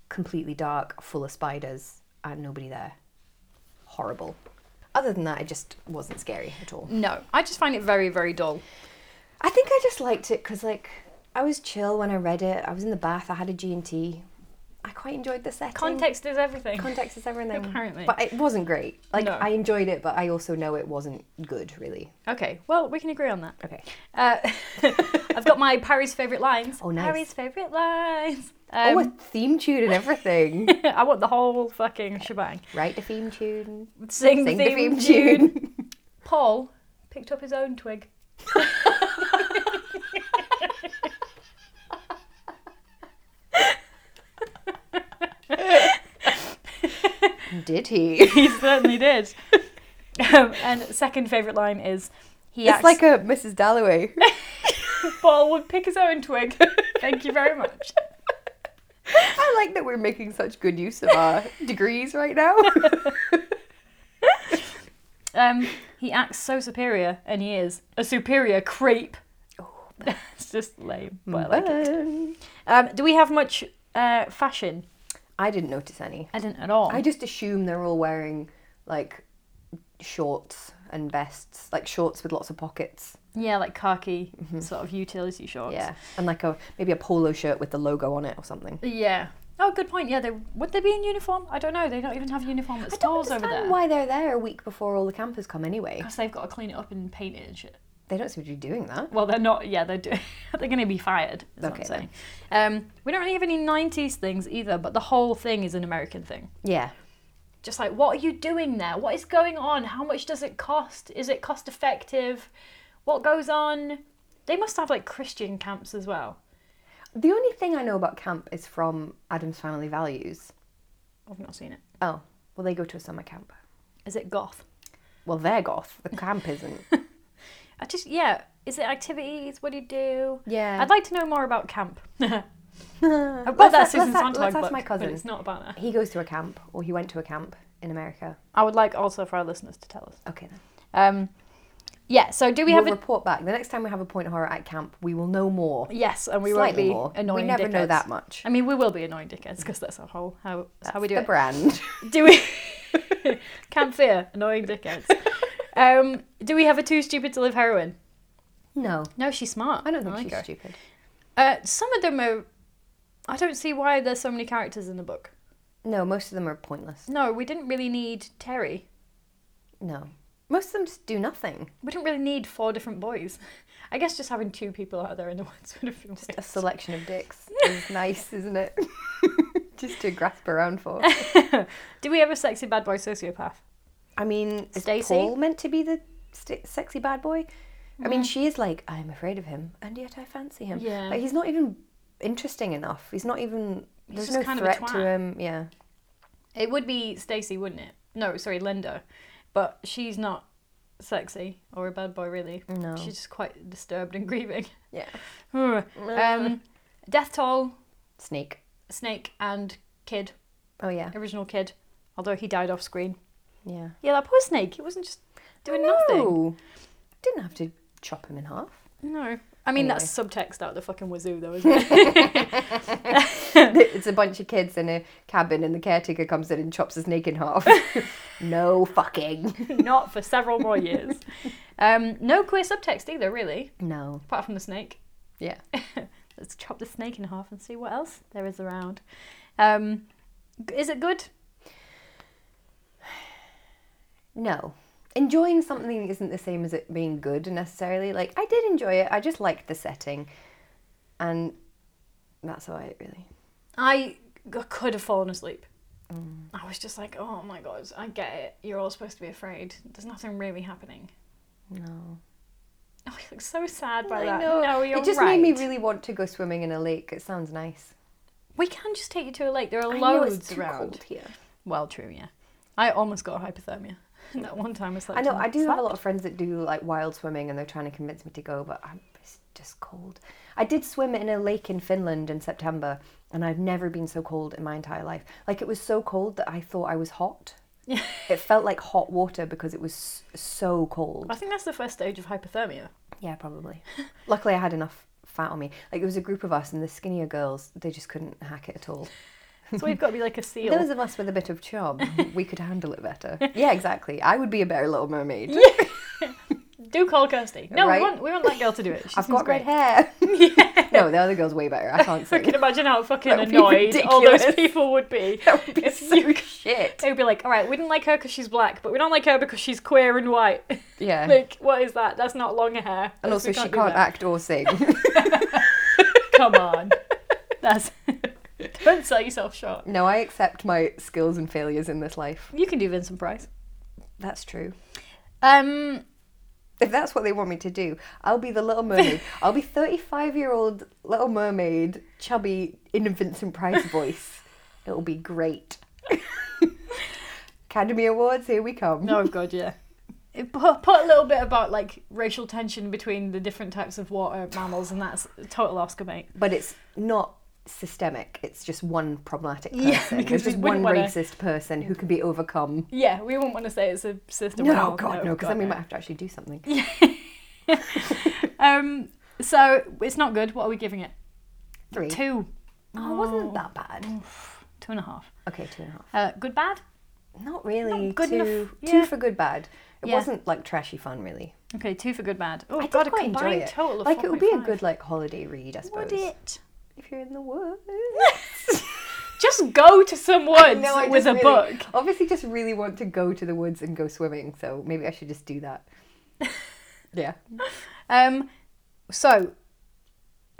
S2: completely dark, full of spiders and nobody there. Horrible. Other than that, it just wasn't scary at all.
S1: No, I just find it very, very dull.
S2: I think I just liked it because like I was chill when I read it. I was in the bath. I had a G and T. I quite enjoyed the setting.
S1: Context is everything.
S2: Context is everything.
S1: Apparently.
S2: but it wasn't great. Like
S1: No.
S2: I enjoyed it, but I also know it wasn't good, really.
S1: okay, well, we can agree on that.
S2: Okay.
S1: Uh, I've got my Harry's favourite lines.
S2: Oh, nice.
S1: Harry's favourite lines.
S2: oh, a
S1: Um,
S2: theme tune and everything.
S1: I want the whole fucking shebang.
S2: Write the theme tune.
S1: Sing,
S2: Sing
S1: the theme, tune. Paul picked up his own twig.
S2: Did he? It's
S1: He certainly did. Um, and second favourite line is he acts
S2: like a Mrs. Dalloway.
S1: Paul would pick his own twig. Thank you very much.
S2: I like that we're making such good use of our degrees right now.
S1: Um, he acts so superior, and he is a superior creep.
S2: Oh.
S1: That's just lame.
S2: Mm.
S1: But I like it.
S2: Fun.
S1: Um, do we have much uh, fashion?
S2: I didn't notice any.
S1: I didn't at all.
S2: I just assume they're all wearing like shorts and vests, like shorts with lots of pockets.
S1: yeah, like khaki sort of utility shorts.
S2: Mm-hmm. Yeah, and like a maybe a polo shirt with the logo on it or something.
S1: Yeah. Oh, good point. Yeah, they would they be in uniform? I don't know. They don't even have uniform at
S2: I don't
S1: stores over there.
S2: understand why they're there a week before all the campers come anyway.
S1: Because they've got to clean it up and paint it and shit.
S2: They don't seem to be doing that.
S1: Well, they're not. Yeah, they're doing. they're going to be fired. Is what I'm
S2: Okay,
S1: saying. Um, we don't really have any '90s things either, but the whole thing is an American thing.
S2: Yeah.
S1: Just like, what are you doing there? What is going on? How much does it cost? Is it cost effective? What goes on? They must have like Christian camps as well.
S2: The only thing I know about camp is from Adam's Family Values.
S1: I've not seen it.
S2: Oh, well, they go to a summer camp.
S1: Is it goth?
S2: Well, they're goth. The camp isn't.
S1: I just yeah. Is it activities? What do you do?
S2: Yeah.
S1: I'd like to know more about camp. I
S2: Let's
S1: bet
S2: a-
S1: that's Susan
S2: let's a-
S1: Sontag
S2: let's ask
S1: book,
S2: my
S1: but
S2: cousin.
S1: it's not about that.
S2: he goes to a camp, or he went to a camp in America.
S1: I would like also for our listeners to tell us.
S2: Okay, then.
S1: Um, yeah. So do we
S2: We will
S1: have a
S2: report back. The next time we have a point horror at camp, we will know more.
S1: yes? And we won't
S2: Slightly
S1: be
S2: more.
S1: annoying.
S2: we never know
S1: dickheads.
S2: that much.
S1: I mean, we will be annoying dickheads because that's our whole how that's how we do
S2: the
S1: it.
S2: brand.
S1: Do we? Camp fear, annoying dickheads. um, do we have a too stupid to live heroine?
S2: no,
S1: No, she's smart.
S2: I don't think
S1: like
S2: she's
S1: her.
S2: stupid.
S1: Uh, some of them are. I don't see why there's so many characters in the book.
S2: No, most of them are pointless.
S1: No, we didn't really need Terry.
S2: No, most of them just do nothing.
S1: We didn't really need four different boys. I guess just having two people out there in the woods would have been
S2: A
S1: weird.
S2: selection of dicks is nice, isn't it? just to grasp around for.
S1: Do we have a sexy bad boy sociopath?
S2: I mean, is
S1: Stacey?
S2: Paul meant to be the st- sexy bad boy? I mean, she is like, I'm afraid of him, and yet I fancy him.
S1: Yeah.
S2: Like, he's not even interesting enough. He's not even. There's
S1: just
S2: no
S1: kind of a
S2: threat to
S1: twat.
S2: him. Yeah.
S1: It would be Stacy, wouldn't it? No, sorry, Linda. But she's not sexy or a bad boy, really.
S2: No.
S1: She's just quite disturbed and grieving.
S2: Yeah.
S1: um, Death Toll,
S2: Snake.
S1: Snake, and Kid,
S2: Oh, yeah.
S1: original Kid, although he died off screen.
S2: Yeah.
S1: Yeah, that poor Snake. He wasn't just doing nothing.
S2: No. Didn't have to chop him in half.
S1: No. I mean,
S2: Anyway.
S1: that's subtext out the fucking wazoo, though, isn't it?
S2: it's a bunch of kids in a cabin, and the caretaker comes in and chops the snake in half. no fucking.
S1: not for several more years. Um, no queer subtext either, really,
S2: No.
S1: apart from the snake.
S2: Yeah.
S1: Let's chop the snake in half and see what else there is around. Um, g- is it good?
S2: No. Enjoying something isn't the same as it being good necessarily. Like, I did enjoy it, I just liked the setting. And that's about it, really.
S1: I g- could have fallen asleep.
S2: Mm.
S1: I was just like, oh my god, I get it. You're all supposed to be afraid. There's nothing really happening.
S2: No.
S1: Oh, you look so sad by
S2: I
S1: that.
S2: know.
S1: No, you're
S2: it just
S1: right.
S2: made me really want to go swimming in a lake. It sounds nice.
S1: We can just take you to a lake. There are
S2: I know
S1: loads
S2: it's too
S1: around.
S2: cold here.
S1: Well, true, yeah. I almost got hypothermia. that one time I slept.
S2: I know.
S1: in-
S2: I do have a
S1: slept.
S2: lot of friends that do like wild swimming, and they're trying to convince me to go, but I'm, it's just cold. I did swim in a lake in Finland in September, and I've never been so cold in my entire life. Like it was so cold that I thought I was hot.
S1: Yeah.
S2: It felt like hot water because it was s- so cold.
S1: I think that's the first stage of hypothermia.
S2: Yeah, probably. Luckily, I had enough fat on me. Like there was a group of us, and the skinnier girls, they just couldn't hack it at all.
S1: So we've got to be like a seal.
S2: Those of us with a bit of charm, we could handle it better. Yeah, exactly. I would be a better little mermaid.
S1: Do call Kirsty. No,
S2: Right?
S1: we want we want that girl to do it. She
S2: I've
S1: seems
S2: got
S1: great.
S2: red hair. No, the other girl's way better. I can't
S1: I
S2: sing.
S1: can imagine how fucking
S2: That would be
S1: annoyed all those
S2: ridiculous.
S1: people would be.
S2: that would be
S1: If
S2: so shit.
S1: They would be like, all right, we didn't like her because she's black, but we don't like her because she's queer and white.
S2: Yeah.
S1: like, what is that? That's not long hair.
S2: and also,
S1: We
S2: she
S1: do
S2: can't
S1: that.
S2: act or sing.
S1: Come on. That's. don't sell yourself short.
S2: no, I accept my skills and failures in this life.
S1: You can do Vincent Price.
S2: That's true.
S1: Um,
S2: If that's what they want me to do, I'll be the Little Mermaid. I'll be 35 year old Little Mermaid, chubby, in Vincent Price voice. It'll be great. Academy Awards, here we come.
S1: oh god, yeah. It put, put a little bit about like racial tension between the different types of water mammals, and that's total Oscar mate.
S2: But it's not systemic, it's just one problematic person.
S1: Yeah, because
S2: There's
S1: we
S2: just one
S1: wouldn't wanna-
S2: racist person who can be overcome.
S1: Yeah, we wouldn't want to say it's a system. at
S2: No,
S1: all.
S2: God, no, because then we
S1: no.
S2: might have to actually do something.
S1: Um, so it's not good. What are we giving it?
S2: Three.
S1: Two,
S2: Oh, it wasn't that bad.
S1: two and a half.
S2: Okay, two and a half.
S1: Uh, good, bad.
S2: Not really.
S1: Not good
S2: two,
S1: enough.
S2: two
S1: Yeah.
S2: for good bad. It
S1: Yeah.
S2: wasn't like trashy fun, really.
S1: Okay, two for good, bad. Oh,
S2: I
S1: I
S2: did
S1: got a
S2: quite enjoy
S1: combined
S2: it.
S1: total of
S2: like it would be a
S1: 4.5.
S2: good like holiday read, I suppose.
S1: Would it?
S2: If you're in the woods.
S1: Just go to some woods
S2: I
S1: with
S2: just
S1: a
S2: really-
S1: book.
S2: Obviously, just really want to go to the woods and go swimming. So maybe I should just do that. yeah.
S1: Um, so.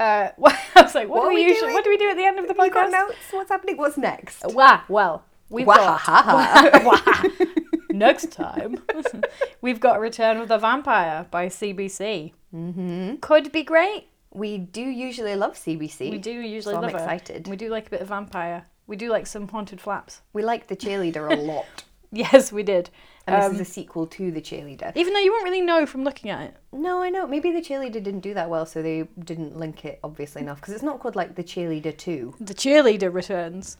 S1: Uh, I was like, what,
S2: What
S1: do
S2: are
S1: we,
S2: we
S1: usually?
S2: doing?
S1: What do we do at the end of the
S2: You got
S1: podcast?
S2: notes? What's happening? What's next?
S1: Wow. Well, we've
S2: Wahaha.
S1: got. Wah. Next time, we've got Return of the Vampire by CBC. Mm-hmm. Could be great.
S2: We do usually love CBC.
S1: We do usually
S2: so
S1: love
S2: I'm
S1: her.
S2: excited.
S1: We do like a bit of vampire. We do like some haunted flaps.
S2: We like the cheerleader a lot.
S1: Yes, we did.
S2: And
S1: Um,
S2: this is a sequel to the cheerleader.
S1: even though you won't really know from looking at it.
S2: No, I know. Maybe the cheerleader didn't do that well, so they didn't link it obviously enough because it's not called like the cheerleader two.
S1: The cheerleader returns.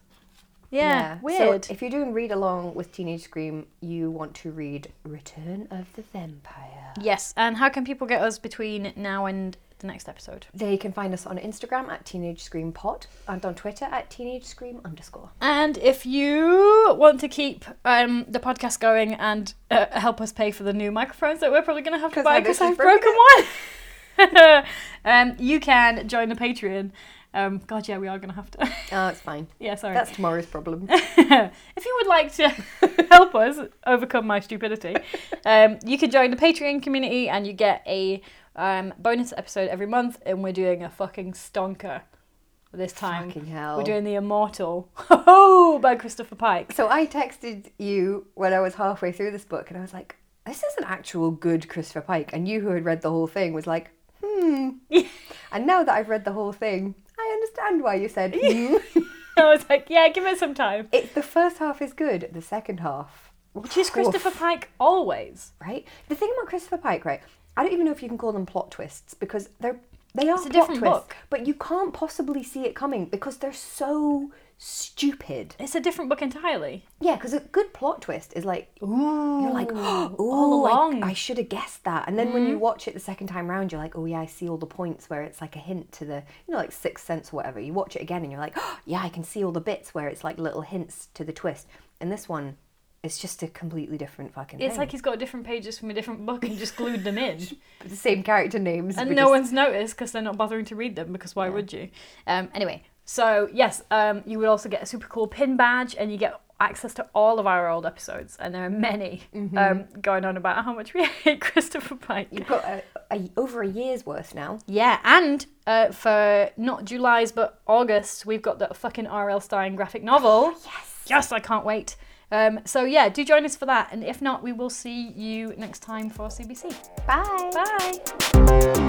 S1: Yeah, weird.
S2: So if you're doing read along with Teenage Scream, you want to read Return of the Vampire.
S1: yes, and how can people get us between now and the next episode?
S2: They can find us on Instagram at Teenage Scream Pod and on Twitter at Teenage Scream underscore.
S1: And if you want to keep um, the podcast going and uh, help us pay for the new microphones that we're probably going to have to
S2: 'Cause
S1: buy
S2: Heather's
S1: because I've
S2: just broken
S1: broken one, um, you can join the Patreon. Um, God, yeah, we are going to have to.
S2: Oh, it's fine.
S1: yeah, sorry.
S2: That's tomorrow's problem.
S1: if you would like to help us overcome my stupidity, um, you can join the Patreon community and you get a um, bonus episode every month. And we're doing a fucking stonker this time.
S2: Fucking hell.
S1: We're doing The Immortal oh, by Christopher Pike.
S2: So I texted you when I was halfway through this book, and I was like, "This is an actual good Christopher Pike." And you, who had read the whole thing, was like, "Hmm." and now that I've read the whole thing, I understand why you said, "Hmm."
S1: I was like, yeah, give it some time.
S2: It, the first half is good. The second half,
S1: Which is Christopher Pike always.
S2: right? The thing about Christopher Pike, right? I don't even know if you can call them plot twists because they're they are
S1: a
S2: plot
S1: different
S2: twists,
S1: book.
S2: but you can't possibly see it coming because they're so stupid.
S1: It's a different book entirely.
S2: Yeah, because a good plot twist is like
S1: Ooh.
S2: You're like, Mm-hmm. oh,
S1: along."
S2: I, should have guessed that. And then when you watch it the second time round, you're like, oh yeah, I see all the points where it's like a hint to the, you know, like Sixth Sense or whatever. You watch it again and you're like, oh, yeah, I can see all the bits where it's like little hints to the twist. And this one, it's just a completely different fucking
S1: It's
S2: thing.
S1: like he's got different pages from a different book and just glued them in.
S2: the same character names.
S1: and
S2: but
S1: no
S2: just-
S1: one's noticed because they're not bothering to read them because why would you um, anyway so yes um, you would also get a super cool pin badge and you get access to all of our old episodes and there are many um, going on about how much we hate christopher pike
S2: You've got a, a, over a year's worth now.
S1: yeah and uh, for not july's but august we've got that fucking rl stein graphic novel Oh, yes yes i can't wait um, so yeah do join us for that and if not we will see you next time for cbc
S2: Bye.
S1: bye